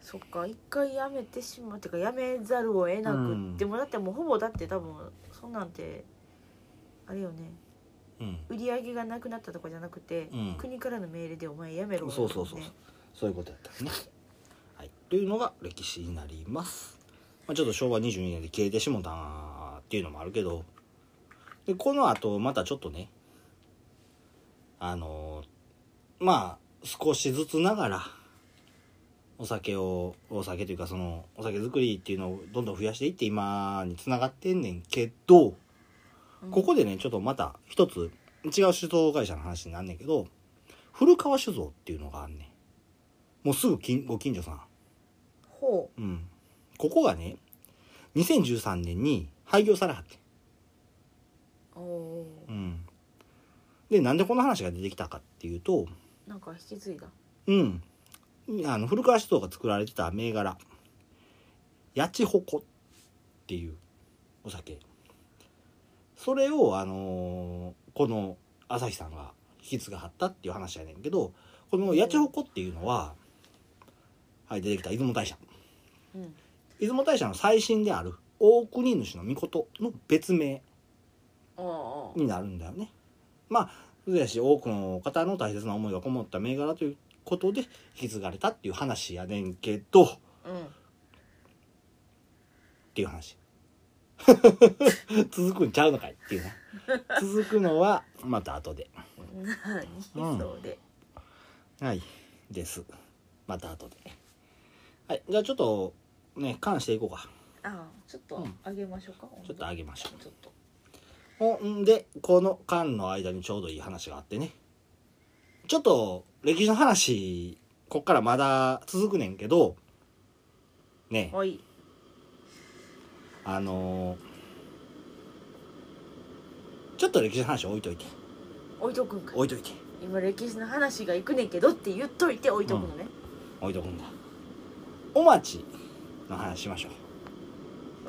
B: そっか一回やめてしまうっていうかやめざるを得なくって、
A: うん
B: もうだってもうほぼだって多分そんなんてあれよね
A: うん
B: 売り上げがなくなったとかじゃなくて、
A: うん
B: 国からの命令でお前やめろ、
A: そうそうそうそうそういうことやったね。はい、というのが歴史になります。まあ、ちょっと昭和22年で消えてしもたっていうのもあるけどでこの後またちょっとねあのまあ少しずつながらお酒をお酒というかそのお酒作りっていうのをどんどん増やしていって今につながってんねんけど
B: うん
A: ここでねちょっとまた一つ違う酒造会社の話になんねんけど古川酒造っていうのがあんねんもうすぐ近ご近所さん
B: ほ
A: うん、ここがね2013年に廃業されはって、
B: うおー
A: うん、でなんでこの話が出てきたかっていうと、
B: なんか引き継いだ
A: うん、あの古川酒造が作られてた銘柄「八千穂っていうお酒それを、あのーこの朝日さんが引き継がはったっていう話やねんけどこの八千穂っていうのは、はい、出てきた出雲大社
B: うん
A: 出雲大社の最新である大国主の御事の別名
B: ああ
A: になるんだよね。まあそうやし多くの方の大切な思いがこもった銘柄ということで引き継がれたっていう話やねんけどっ
B: うん
A: ていう話 続くんちゃうのかいっていうね続くのはまた後で
B: 何、
A: うん
B: そうで
A: はいですまた後ではいじゃあちょっとね関していこうか
B: ああちょっと
A: うん
B: あげましょうか、
A: ちょっと上げましょう
B: ちょっと
A: ほんで、この間の間にちょうどいい話があってね。ちょっと、歴史の話、こっからまだ続くねんけど、ねえ、
B: おい
A: あのーちょっと歴史の話置いといて。
B: 置いとくんかい
A: 置いといて。
B: 今歴史の話が行くねんけどって言っといて置いとくのね、
A: 置いとくんだ。お待ちの話しましょう。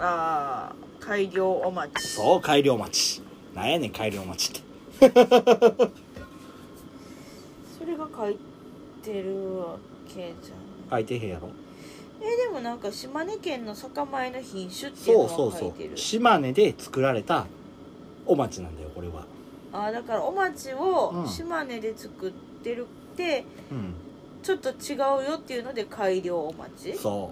B: ああ改良お待ち
A: そう、改良待ち。なんやねん、改良待ちって。
B: それが改ってるわけじゃん
A: 書いてへんやろ
B: えーでもなんか島根県の酒米の品種ってい
A: そう
B: うの
A: そう
B: は書
A: そ
B: いてる
A: う島根で作られたお町なんだよこれは
B: あーだからお町
A: う
B: を
A: ん
B: 島根で作ってるって、
A: うん
B: ちょっと違うよっていうので改良お町
A: そ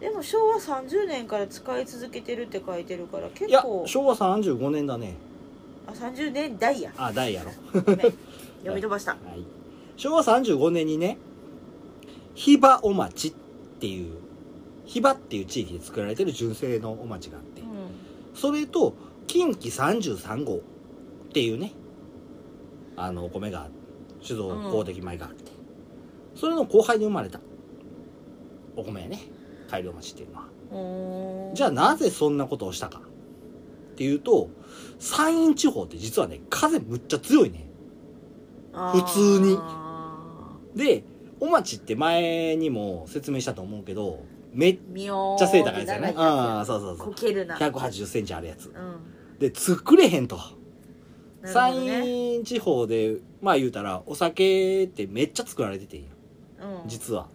B: でも昭和30年から使い続けてるって書いてるから
A: う
B: 結
A: いや
B: 構
A: 昭和35年だね
B: あ30年代や
A: あ代やろ
B: ごめん読み飛ばした
A: はい、昭和35年にね比婆お町っていう比婆っていう地域で作られてる純正のお町があって
B: う
A: それと近畿33号っていうねあのお米が酒造公的米があって、それの後輩に生まれたお米やね改良町っていうのは
B: んうーん
A: じゃあなぜそんなことをしたかっていうと山陰地方って実はね風むっちゃ強いね
B: あー
A: 普通にで、お町って前にも説明したと思うけど、めっ
B: 妙
A: ちゃ背高いですよね。ああ、
B: う
A: そうそうそう
B: こ。けるな
A: 180センチあるやつ
B: う。ん
A: で、作れへんと。
B: な
A: 山
B: るほどね
A: 陰地方で、まあ言うたら、お酒ってめっちゃ作られててんや
B: うん
A: 実は。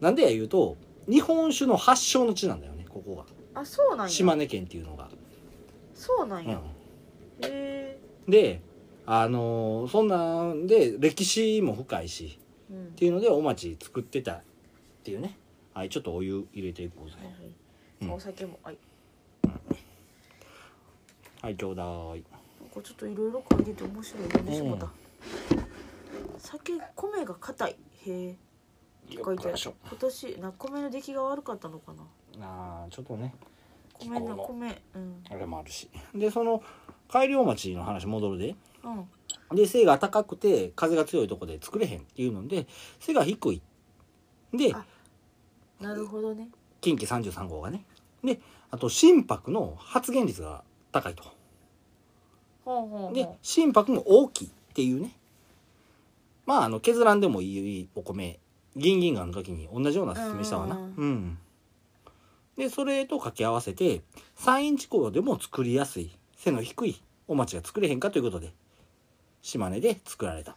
A: なんでや言うと、日本酒の発祥の地なんだよね、ここ
B: あそうなん
A: が。
B: や
A: 島根県っていうのが。
B: そうなん
A: う
B: や、へえ
A: ん。で、あのーそんなんで、歴史も深いし、
B: うん
A: っていうのでお町作ってたっていうねはいちょっとお湯入れていこうぜ
B: はいはい
A: うん
B: お酒もはい
A: はいちょうだい
B: なんかちょっといろいろ書いてて面白い読んでしまった、
A: うん
B: 酒米が硬いへえって書いてある今年な米の出来が悪かったのかな
A: あーちょっとね
B: 米
A: 気
B: な
A: 候の
B: 米うん
A: あれもあるしでその改良町の話戻るで
B: うん
A: で背が高くて風が強いとこで作れへんっていうので背が低いで
B: あなるほどね
A: 近畿33号がねであと心拍の発現率が高いと
B: ほうほう
A: で
B: ほ
A: 心拍も大きいっていうねまああの削らんでもいいお米ギンギンガンの時に同じような説明したわな
B: う
A: うん
B: うん
A: ん、でそれと掛け合わせて山陰地方でも作りやすい背の低いお町が作れへんかということで島根で作られた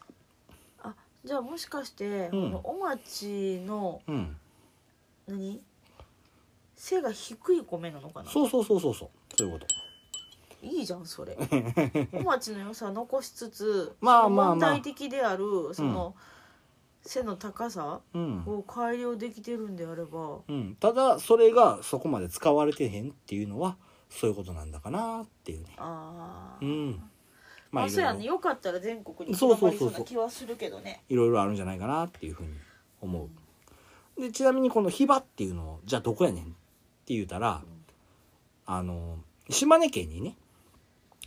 B: うじゃあもしかして、こ
A: うん
B: のお町の
A: うん
B: 何背が低い米なのかな
A: そうそうそうそうそうそういうこと
B: いいじゃん それお町の良さ残しつつ
A: まあまあまあ
B: その問題的であるその、背の高さ
A: うん、
B: を改良できてるんであれば
A: うん、ただそれがそこまで使われてへんっていうのはそういうことなんだかなっていうね
B: ああ、
A: うんま
B: ま
A: あ
B: あ
A: い
B: そう
A: ろ
B: や
A: い
B: ね
A: ろ
B: よかったら全国に
A: そう
B: 広
A: そ
B: ま
A: う
B: り
A: そ
B: そう
A: そう
B: うな気はするけどね
A: いろいろあるんじゃないかなっていうふうに思うでちなみにこのヒバっていうのをじゃあどこやねんって言うたら、
B: うん
A: あの島根県にね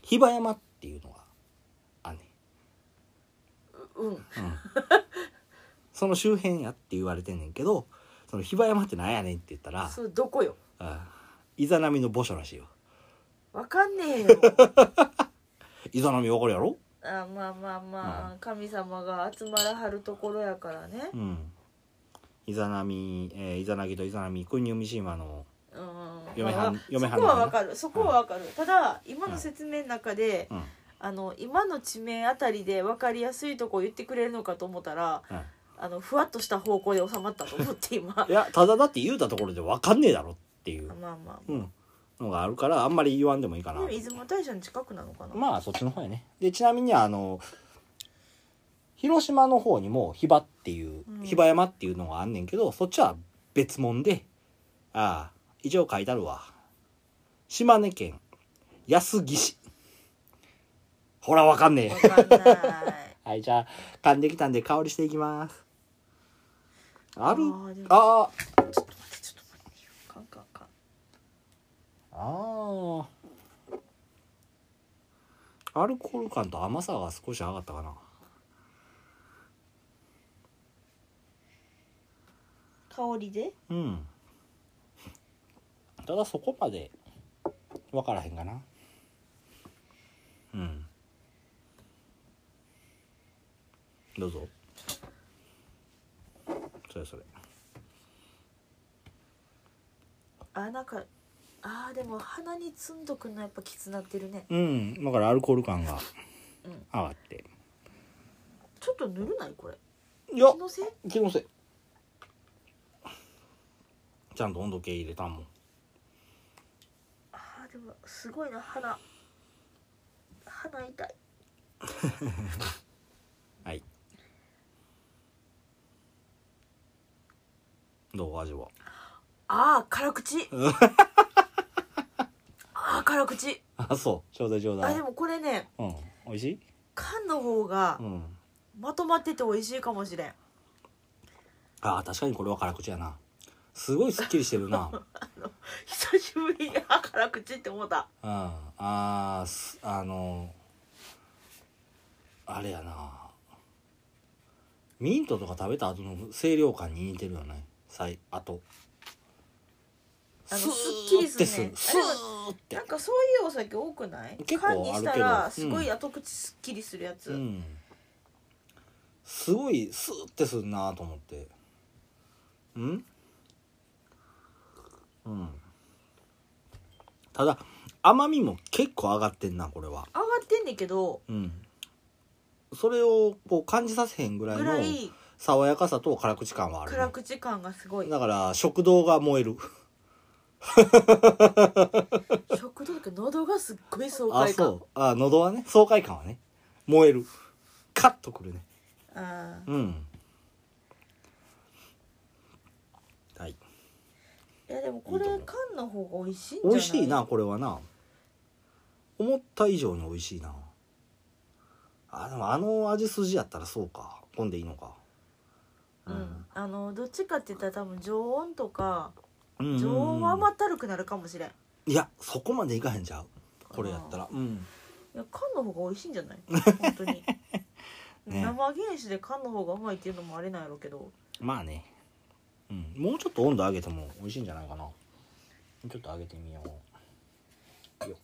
A: ヒバ山っていうのがあんね
B: うん
A: ん、うん、その周辺やって言われてんねんけどそのヒバ山ってなんやねんって言ったら
B: それどこよ
A: あイザナミの墓所らしいよ
B: わか んねえよ
A: イザナミわかるやろ
B: あまあまあまあ、神様が集まらはるところやからね
A: うんイザナミ、えー、イザナギとイザナミ国読神話の
B: うん
A: 嫁はん嫁はん
B: そこ
A: な
B: は
A: の
B: わかるそこはわかる、ただ今の説明の中で、
A: うん、うん、
B: あの今の地名あたりで分かりやすいとこ言ってくれるのかと思ったらあのふわっとした方向で収まったと思って 今まあ
A: いやただだって言うたところでわかんねえだろっていう
B: まあま
A: うん、のがあるからあんまり言わんでもいいか
B: あ
A: な
B: でも出雲大社の近くなのかな、
A: まあそっちの方やねでちなみにあの広島の方にも比婆っていう
B: うん
A: 比婆山っていうのがあんねんけど、そっちは別物でああ一応書いてあるわ島根県安来市ほらわかんね
B: わ
A: え
B: かんない
A: はいじゃあ噛んできたんで香りしていきますある
B: あーでも
A: あー
B: ちょっと待ってちょっと待ってよカンカンカン
A: ああアルコール感と甘さが少し上がったかな
B: 香りで
A: うんただそこまで分からへんかなうんどうぞそれそれ
B: あなんかあーでも鼻につんどくのやっぱきつなってるね
A: うんだからアルコール感が
B: うん
A: 上がって
B: ちょっとぬるないこれ
A: いや
B: 気のせい
A: 気のせいちゃんと温度計入れたもん
B: あーでもすごいな鼻鼻痛い
A: はいどう味は
B: ああ辛口ああ辛口
A: あそうちょうだいちょうだ
B: あ
A: い
B: でもこれね
A: うん美味しい
B: 缶の方が
A: うん
B: まとまってて美味しいかもしれん
A: あー確かにこれは辛口やなすごいすっきりしてる なうん
B: 久しぶりにあー辛口って思った
A: あーすあのあれやなミントとか食べた後の清涼感に似てるよねさいあと
B: あの
A: スー
B: すっきりすんね
A: ってスーって
B: なんかそういうお酒多くない
A: 結構ある
B: 缶
A: けど
B: にしたらすご
A: う
B: い
A: ん
B: 後口すっきりするやつ、
A: うんすごいスーってするなと思ってうんうんただ甘みも結構上がってんなこれは
B: 上がってんねんけど
A: うんそれをこう感じさせへんぐらい
B: ぐら
A: の
B: い
A: 爽やかさと辛口感はあるね、
B: 辛口感がすごい
A: だから食堂が燃える
B: 食堂だけど喉がすっごい爽
A: あ
B: 快感
A: そうあ喉はね爽快感はね燃えるカッとくるね
B: ああ
A: うんはい
B: いやでもこれ
A: いいと思う
B: 缶の方が美味しいんじゃない
A: 美味しいなこれはな思った以上に美味しいなあでもあの味筋やったらそうか混んでいいのか
B: うん、あのどっちかって言ったら多分常温とか
A: うんうんうん
B: 常温は甘ったるくなるかもしれん、
A: いやそこまでいかへんじゃうこれやったらうん
B: いや缶の方が美味しいんじゃない本当 に、
A: ね
B: 生原酒で缶の方がうまいっていうのもあれなんやろうけど
A: まあね、うん、もうちょっと温度上げても美味しいんじゃないかなちょっと上げてみようよっよ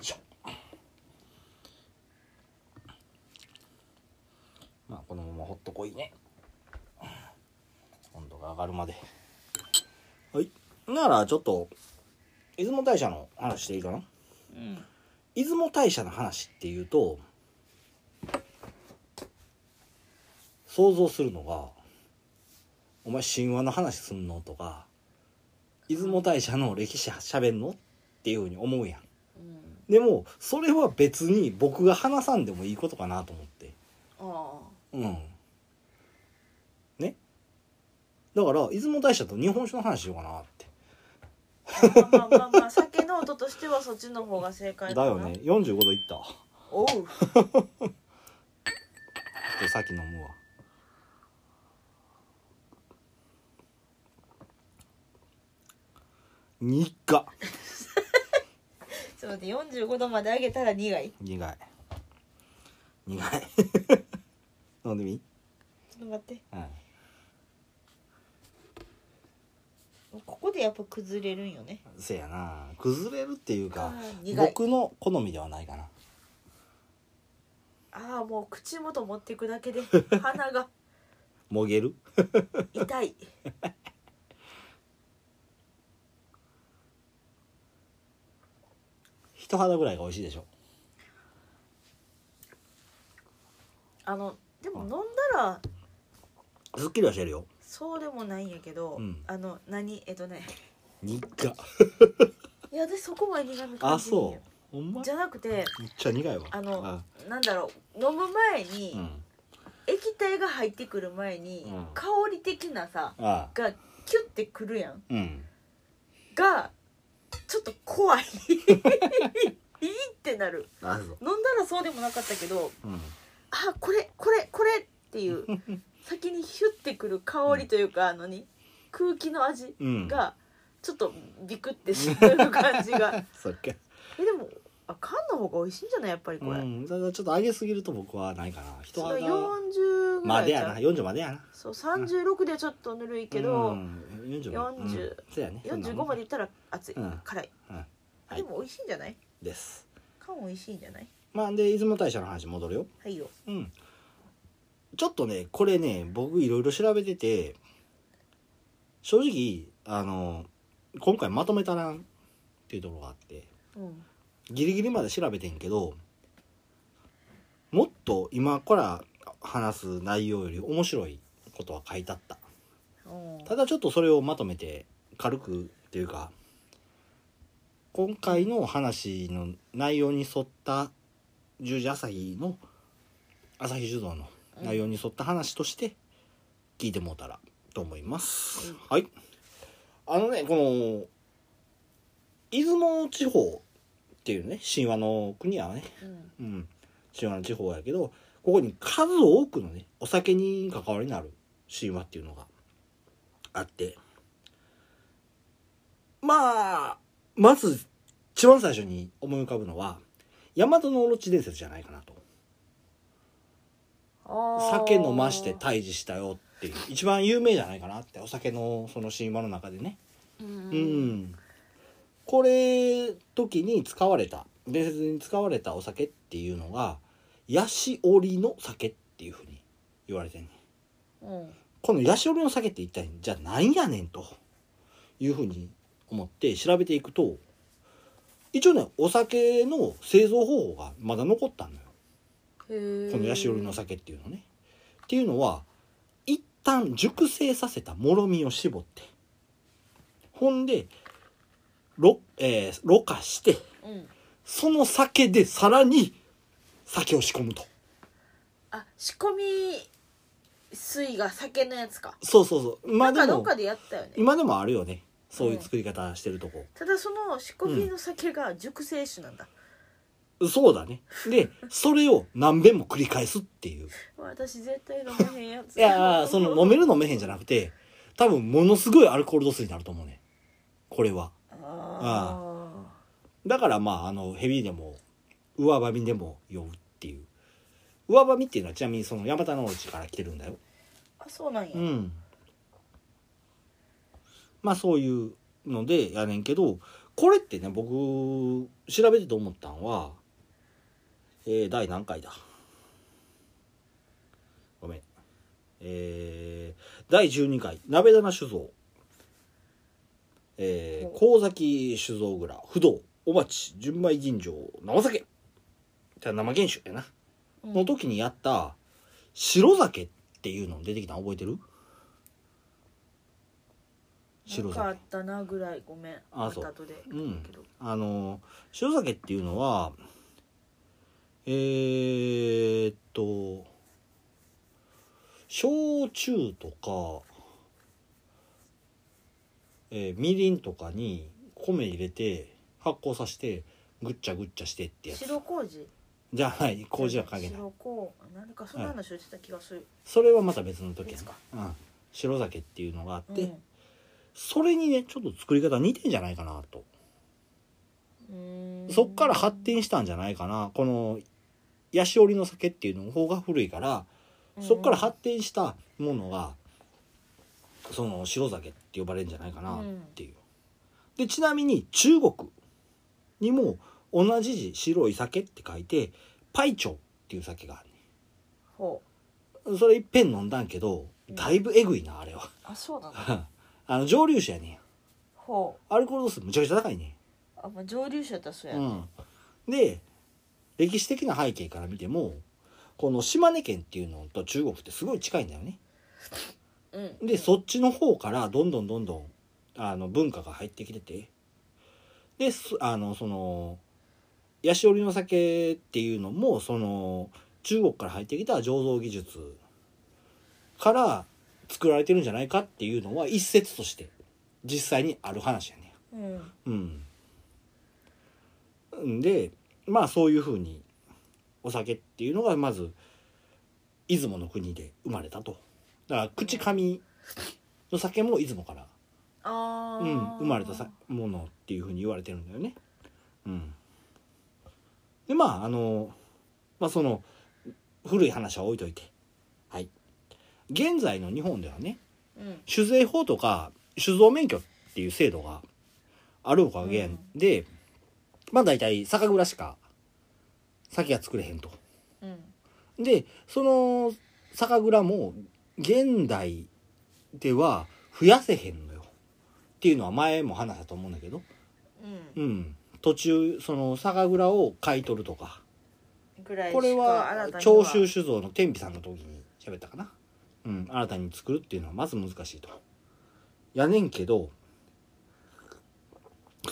A: いしょまあこのままほっとこいね温度が上がるまではいならちょっと出雲大社の話していいかな
B: うん
A: 出雲大社の話っていうと想像するのが「お前神話の話すんの?」とか「出雲大社の歴史しゃべんの?」っていうふうに思うやん
B: うん
A: でもそれは別に僕が話さんでもいいことかなと思って
B: あ
A: うんねだから出雲大社と日本酒の話しようかなって
B: あまあまあまあ、まあ、酒の音としてはそっちの方が正解か
A: だ
B: な
A: よね45度いった
B: おう
A: ちょっと先飲むわ苦っ
B: ちょっと待って45度まで上げたら苦い
A: 苦い苦い 飲んでみ
B: ちょっと待って
A: うん
B: ここでやっぱ崩れるんよね
A: せやな崩れるっていうか
B: あー苦い
A: 僕の好みではないかな
B: ああもう口元持っていく だけで鼻が
A: もげる
B: 痛い
A: 人肌ぐらいが美味しいでしょ
B: あのでも飲んだら
A: すっきりはしてるよ
B: そうでもないんやけど、
A: うん
B: あの何えっとね
A: 苦っ
B: いや私そこまで苦み感
A: あ
B: じるん
A: そ
B: よ
A: うほんま
B: じゃなくて
A: めっちゃ苦いわ
B: あのなんだろう飲む前に、
A: うん
B: 液体が入ってくる前に、
A: うん
B: 香り的なさ
A: あ
B: がキュッてくるやん
A: ーうん
B: がちょっと 怖いいいってなる
A: あそう
B: 飲んだらそうでもなかったけど
A: うん
B: あこれこれこれって いう先にヒュッてくる香りというか、あのに空気の味
A: うん
B: がちょっとビクってしまう感 じが
A: そっか
B: えでもあ缶の方が美味しいんじゃないやっぱりこれ、
A: うん、ただちょっと上げすぎると僕はないかな人
B: それ
A: 肌
B: 40ぐ
A: ま
B: らい
A: で
B: じ
A: やな
B: ゃ
A: ん40までやな
B: そう36でちょっとぬるいけ
A: う
B: ど、
A: ん、40
B: 40
A: うんそうやね
B: 45までいったら熱い、
A: うん
B: 辛い、
A: うんはい
B: でも美味しいんじゃない
A: です
B: 缶美味しいんじゃない
A: まあで出雲大社の話戻るよ
B: はいよ
A: うんちょっとねこれね僕いろいろ調べてて正直あの今回まとめたらんっていうところがあって
B: うん
A: ギリギリまで調べてんけどもっと今から話す内容より面白いことは書いてあった
B: おー
A: ただちょっとそれをまとめて軽くっていうか今回の話の内容に沿った十時朝日の朝日柔道の内容に沿った話として聞いてもうたらと思います、
B: うん
A: はいあのねこの出雲地方っていうね神話の国やね
B: うん
A: うん、神話の地方やけどここに数多くのねお酒に関わりのある神話っていうのがあってまあまず一番最初に思い浮かぶのは大和のオロチ伝説じゃないかなと
B: あー
A: 酒飲まして退治したよっていう一番有名じゃないかなってお酒のその神話の中でね
B: うん
A: う、ん、これ時に使われた伝説に使われたお酒っていうのがヤシオリの酒っていうふうに言われてんねん
B: うん
A: このヤシオリの酒って一体じゃあ何やねんというふうに思って調べていくと一応ねお酒の製造方法がまだ残ったのよ
B: へえ
A: このヤシオリの酒っていうのね。っていうのは一旦熟成させたもろみを絞ってほんでろ、えーろ過して
B: うん
A: その酒でさらに酒を仕込むと。
B: あ仕込み水が酒のやつか
A: そうそうそう。ま
B: な
A: あで
B: んかどっ
A: も
B: かでやったよね
A: 今でもあるよねそういう作り方してるとこ。
B: ただその仕込みの酒が熟成酒なんだ、
A: そうだね。でそれを何遍も繰り返すっていう。
B: 私絶対飲めへんやつ
A: いやーその飲める飲めへんじゃなくて多分ものすごいアルコール度数になると思うねこれは。
B: あ
A: だからまああのヘビーでも上バミでも酔うっていう上バミっていうのはちなみにそのヤマタノオロチから来てるんだよ
B: ーあそうなんや、
A: うんまあそういうのでやねんけどこれってね僕調べてと思ったんはえー、第何回だごめんえー、第12回鍋棚酒造えー、神崎酒造蔵不動お鉢純米吟醸生酒じゃあ生原酒やな
B: うん
A: の時にやった白酒っていうの出てきたの覚えてる白
B: なんかあっ
A: 酒
B: たなぐらいごめん
A: あそう
B: また後で
A: うん
B: けど
A: あの白酒っていうのはえー、っと焼酎とか、えーみりんとかに米入れて発酵させてぐっちゃぐっちゃしてってやつ
B: 白麹
A: じゃあはい麹は関係ない
B: 白麹何かそんな話をしてた気がする、
A: それはまた別の時や
B: 別か
A: な、うん、白酒っていうのがあって、
B: うん
A: それにねちょっと作り方似てんじゃないかなと
B: うーん
A: そっから発展したんじゃないかなこのヤシオリの酒っていうの方が古いからそっから発展したものがその白酒って呼ばれるんじゃないかなっていう。でちなみに中国にも同じ字白い酒って書いてパイチョウっていう酒がある
B: ほう
A: ねそれいっぺん飲んだんけどだいぶえぐいなあれは
B: あそうなんだ
A: あの蒸留酒やねん
B: ほ
A: アルコール度数むちゃくちゃ高いねん
B: うあ、まあ、蒸留酒やったらそうや、
A: うん、で歴史的な背景から見てもこの島根県っていうのと中国ってすごい近いんだよね
B: うん
A: でそっちの方からどんどんどんどんあの文化が入ってきててでそあのそのヤシオリの酒っていうのもその中国から入ってきた醸造技術から作られてるんじゃないかっていうのは一説として実際にある話やね
B: うん
A: うん、でまあそういうふうにお酒っていうのがまず出雲の国で生まれたとだから口紙の酒も出雲から、
B: ああ、
A: うん、生まれたさものっていうふうに言われてるんだよね。うん、でまああのまあその古い話は置いといてはい現在の日本ではね
B: うん
A: 酒税法とか酒造免許っていう制度があるおかげで、まあ大体酒蔵しか酒が作れへんと。
B: うん
A: でその酒蔵も現代では増やせへんのよっていうのは前も話したと思うんだけど、
B: うん
A: うん、途中その酒蔵を買い取るとか
B: ぐらいしか
A: これは
B: 新たに
A: 長州酒造の天日さんの時に喋ったかな、うん、新たに作るっていうのはまず難しいとやねんけど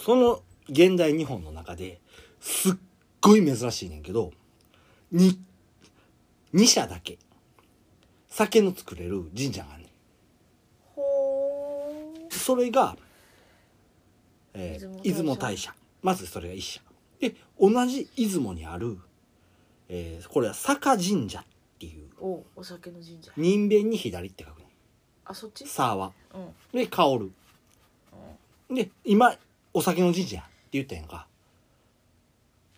A: その現代日本の中ですっごい珍しいねんけどに2社だけ酒の作れる神社があんね
B: ほ
A: んそれが、えー出
B: 出
A: 雲
B: 雲
A: 大
B: 大
A: 社まずそれが1社で同じ出雲にある、えーこれは坂神社っていう
B: ーおお酒の神社
A: 人弁に左って書くね
B: あそっち
A: 沢
B: うん
A: で薫で今お酒の神社やって言ったやんか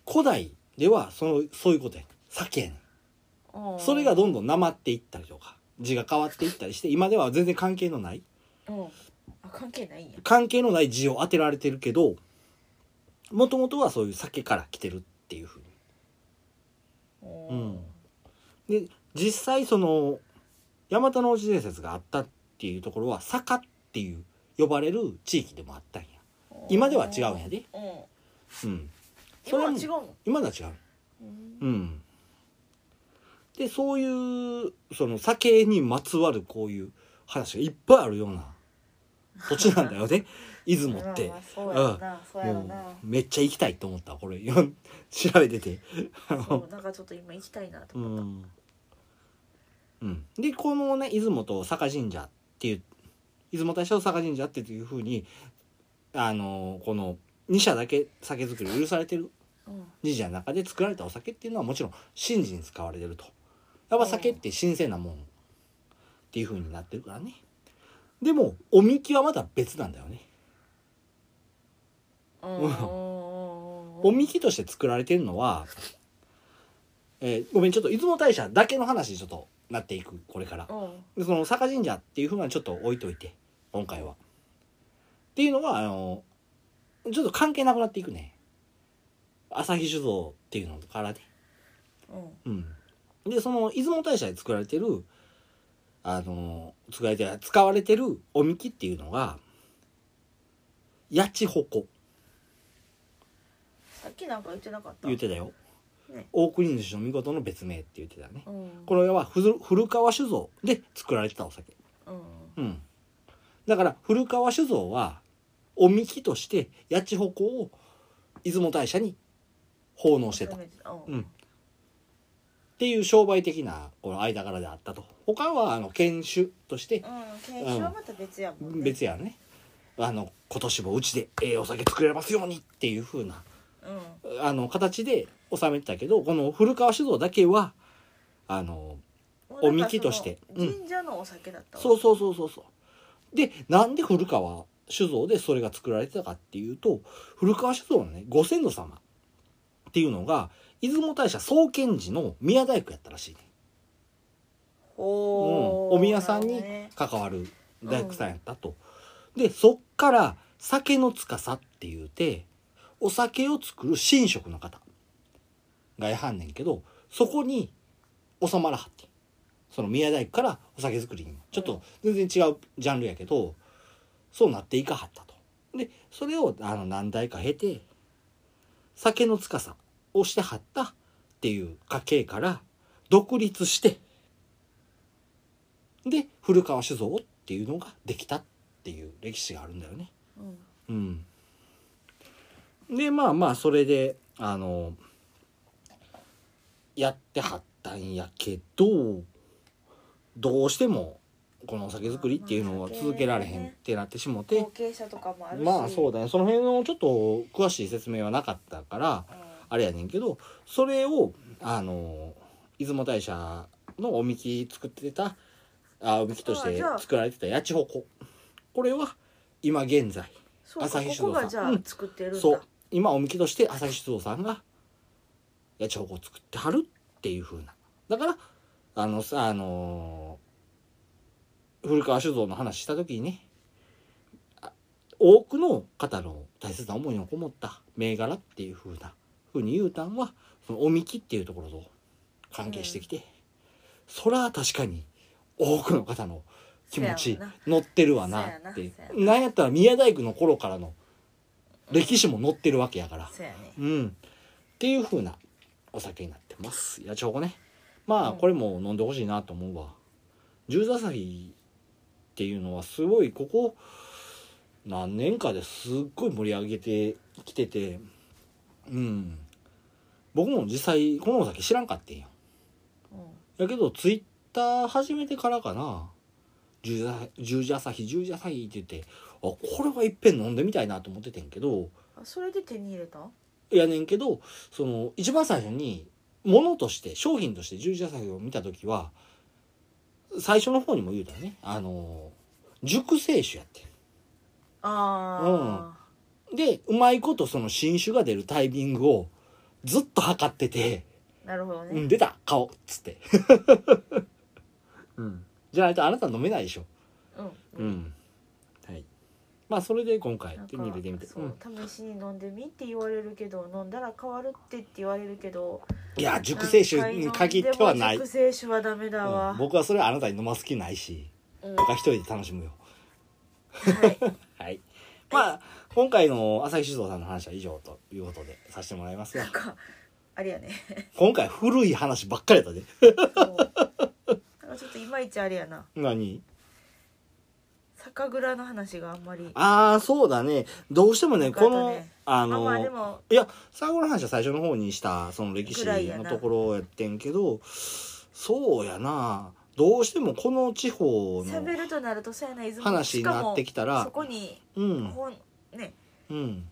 A: 古代ではそのそういうことやねん酒やねん
B: うん
A: それがどんどんなまっていったりとか字が変わっていったりして今では全然関係のない
B: うんあ関係ないんや
A: 関係のない字を当てられてるけどもともとはそういう酒から来てるっていうふうに
B: お
A: う
B: ー
A: ん、で実際その大和の地伝説があったっていうところは坂っていう呼ばれる地域でもあったんや今では違うんやで、
B: うん
A: うん、そ
B: 今
A: れ
B: は
A: も
B: 違うの
A: 今では違う
B: うん
A: うんでそういうその酒にまつわるこういう話がいっぱいあるような土地なんだ よね出雲って
B: まあまあそうやろなそうやろ
A: もう
B: な
A: めっちゃ行きたいと思ったこれ よん調べてて
B: そうなんかちょっと今行きたいなと
A: う
B: 思っ
A: ん、うん、でこのね出雲と坂神社っていう出雲大社と坂神社っていうふうにあのこの2社だけ酒造りを許されてる
B: たうん
A: 神社の中で作られたお酒っていうのはもちろん神事に使われてるとやっぱ酒って神聖なもんっていうふうになってるからねでもおみきはまだ別なんだよね
B: うん
A: うんおみきとして作られてるのは、えーごめんちょっと出雲大社だけの話にちょっとなっていくこれから
B: う
A: で
B: ん
A: その坂神社っていうふうなちょっと置いといて今回はっていうのはあのちょっと関係なくなっていくね朝日酒造っていうのからね
B: うん
A: うんでその出雲大社で作られてるあの作られて使われてるおみきっていうのが八千穂
B: さっきなんか言ってなかった
A: 言ってたよ、
B: ね
A: 大国主の見事の別名って言ってたね
B: うん
A: これは古古川酒造で作られてたお酒
B: うん
A: うん、だから古川酒造はおみきとして八千穂香を出雲大社に奉納してたっ
B: う
A: うんていう商売的なこの間柄であったと他はあの犬種として
B: うん、研修はまた別やもんね。
A: 別やねあの今年もうちでええお酒作れますようにっていう風な
B: うん。
A: あの形で収めてたけどこの古川酒造だけはあのおみきとして
B: もうなんかその神社のお酒だったわ。
A: そうそうそうそうそうでなんで古川酒造でそれが作られてたかっていうと古川酒造のねご先祖様っていうのが出雲大社創建時の宮大工やったらしいね、うん、
B: ほー
A: お宮さん
B: な
A: に
B: るほどね
A: 関わる大工さんやったと、でそっから酒の司っていうてお酒を作る神職の方がやはんねんけどそこに収まらはってその宮大工からお酒作りにちょっと全然違うジャンルやけどそうなっていかはったとでそれをあの何代か経て酒の司をしてはったっていう家系から独立してで古川酒造っていうのができたっていう歴史があるんだよね。
B: うん
A: うん、でまあまあそれであのやってはったんやけどどうしてもこのお酒作りっていうのは続けられへんってなってしもて
B: 後継者とかもあるし。
A: まあそうだねその辺のちょっと詳しい説明はなかったから
B: う
A: あれやねんけどそれをあの出雲大社のおみき作ってたあおみきとし
B: あ
A: て
B: じゃあ
A: 作られてた八千穂子これは今現在
B: ん。そ
A: 朝
B: う
A: 日
B: か
A: 酒造
B: ここ
A: さん
B: がじゃあ
A: うん
B: 作ってるんだ。
A: そう今おみきとして朝日酒造さんが八千穂子を作ってはるっていう風なだからあのさあのー古川酒造の話した時にねあ多くの方の大切な思いのこもった銘柄っていう風な風に言うたんはそのおみきっていうところと関係してきて、そら確かに多くの方の気持
B: せ
A: ち
B: やろな
A: 乗ってるわなっ
B: せ
A: て
B: やなせや
A: なんやったら宮大工の頃からの歴史も載ってるわけやから
B: そうやね。
A: うんっていう風なお酒になってます八千穂ねまあ
B: うん
A: これも飲んでほしいなと思うわ十座崎っていうのはすごいここ何年かですっごい盛り上げてきててうん僕も実際このお酒知らんかってんや
B: う
A: やけどツイッター始めてからかな十字朝十字朝日十字朝日って言ってあこれはいっぺん飲んでみたいなと思っててんけど
B: んあそれで手に入れたん
A: いやねんけどその一番最初に物として商品として十字朝日を見た時は最初の方にも言うたよねあの熟成酒やって
B: あ
A: でうまいことその新酒が出るタイミングをずっと測ってて
B: あ、なるほど
A: う
B: ね、
A: ん、出た顔っつって、うん、じゃないとあなた飲めないでしょ
B: うん
A: うんはいまあそれで今回
B: なんか
A: 手に入れてみて、
B: そう
A: うん
B: 試しに飲んでみって言われるけど飲んだら変わるってって言われるけど
A: いや熟成酒に限ってはない、
B: 何回飲んでも熟成酒はダメだ
A: う
B: わ
A: ん、僕はそれはあなたに飲ます気ないし
B: うん
A: 僕は一人で楽しむよ
B: はい
A: はいまあ今回の朝日酒造さんの話は以上ということでさせてもらいますが
B: なんかあれやね
A: 今回古い話ばっかりだったで
B: そうなんかちょっといまいちあれやな
A: 何
B: 酒蔵の話があんまり
A: ああそうだねどうしてもね
B: よかった
A: こ
B: ね
A: のあ
B: あ
A: の
B: まあでも
A: いや最後の話は最初の方にしたその歴史
B: ぐらいや
A: の
B: な
A: ところをやってんけどそうやなどうしてもこの地方の
B: 喋るとなるとそうやな出雲
A: 話になってきた
B: しからもそこに
A: うん
B: ほんね
A: うん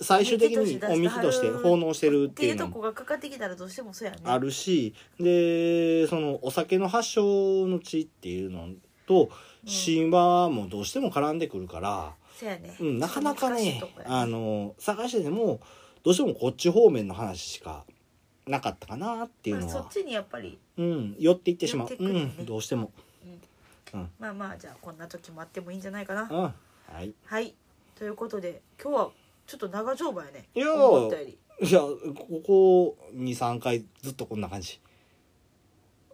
A: 最終的にお水として奉納してる
B: っ
A: っててい
B: いう
A: うの
B: と
A: も
B: こがかかってきたらどうしてもそうやね
A: あるしでそのお酒の発祥の地っていうのと
B: うん
A: 神話もどうしても絡んでくるから、
B: そうやね
A: うん、なかなか
B: 難しい
A: ね
B: とこや
A: あの探しててもどうしてもこっち方面の話しかなかったかなっていうの
B: まあそ
A: は
B: っ、ちにやっぱり
A: うん、寄っていってしまう、
B: 寄ってく
A: う
B: るね
A: ん、どうしても、
B: まあまあじゃあこんな時もあってもいいんじゃないかな
A: うん、はい
B: はいということで今日はちょっと長丁場やね
A: いやー
B: 思ったより
A: いやここ23回ずっとこんな感じ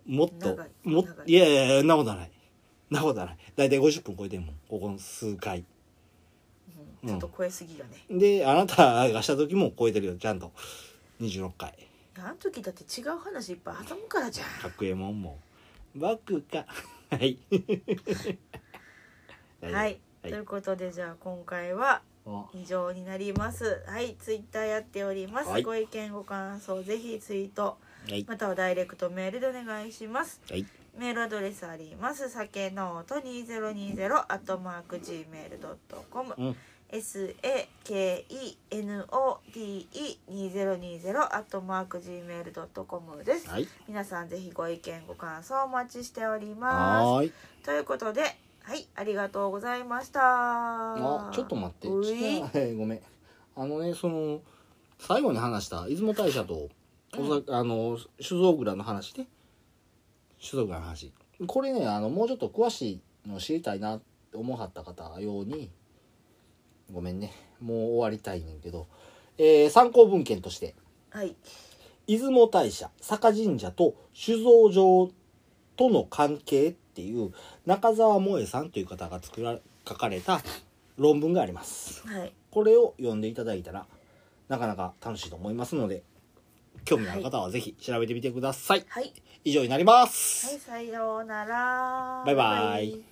A: もっと
B: 長い
A: もっ
B: 長い
A: いやいやいやんなことはないんなことはない大体50分超えてんもんここの数回
B: うんちょっと超えすぎだね、
A: であなたがした時も超えてるよちゃんと26回
B: いやあの時だって違う話いっぱい挟むからじゃん
A: 角右衛門もバクかはい
B: はい、
A: は
B: と
A: い
B: いうことでじゃあ今回は
A: お
B: 以上になりますはいツイッターやっております、
A: はい
B: ご意見ご感想ぜひツイート
A: はい
B: またはダイレクトメールでお願いします
A: はい
B: メールアドレスあります。酒ノート2020アットマーク Gmail.com、
A: うん
B: sakenote2020 アットマーク Gmail.com です。
A: はい
B: 皆さんぜひご意見ご感想お待ちしておりま
A: はーい
B: す。ということで、はい、ありがとうございました。
A: あちょっと待って
B: う
A: ち
B: い
A: ょっとごめんあのねその最後に話した出雲大社とおさ、あの酒造蔵の話ね酒造蔵の話これねあのもうちょっと詳しいの知りたいなって思はった方用にごめんねもう終わりたいねんけど、えー参考文献として
B: はい、
A: 出雲大社坂神社と酒造場との関係っていう中澤萌絵さんという方が作ら書かれた論文があります
B: はい、
A: これを読んでいただいたらなかなか楽しいと思いますので興味のある方はぜひ調べてみてください、
B: はい、
A: 以上になります
B: はい、さようなら。
A: バイバイ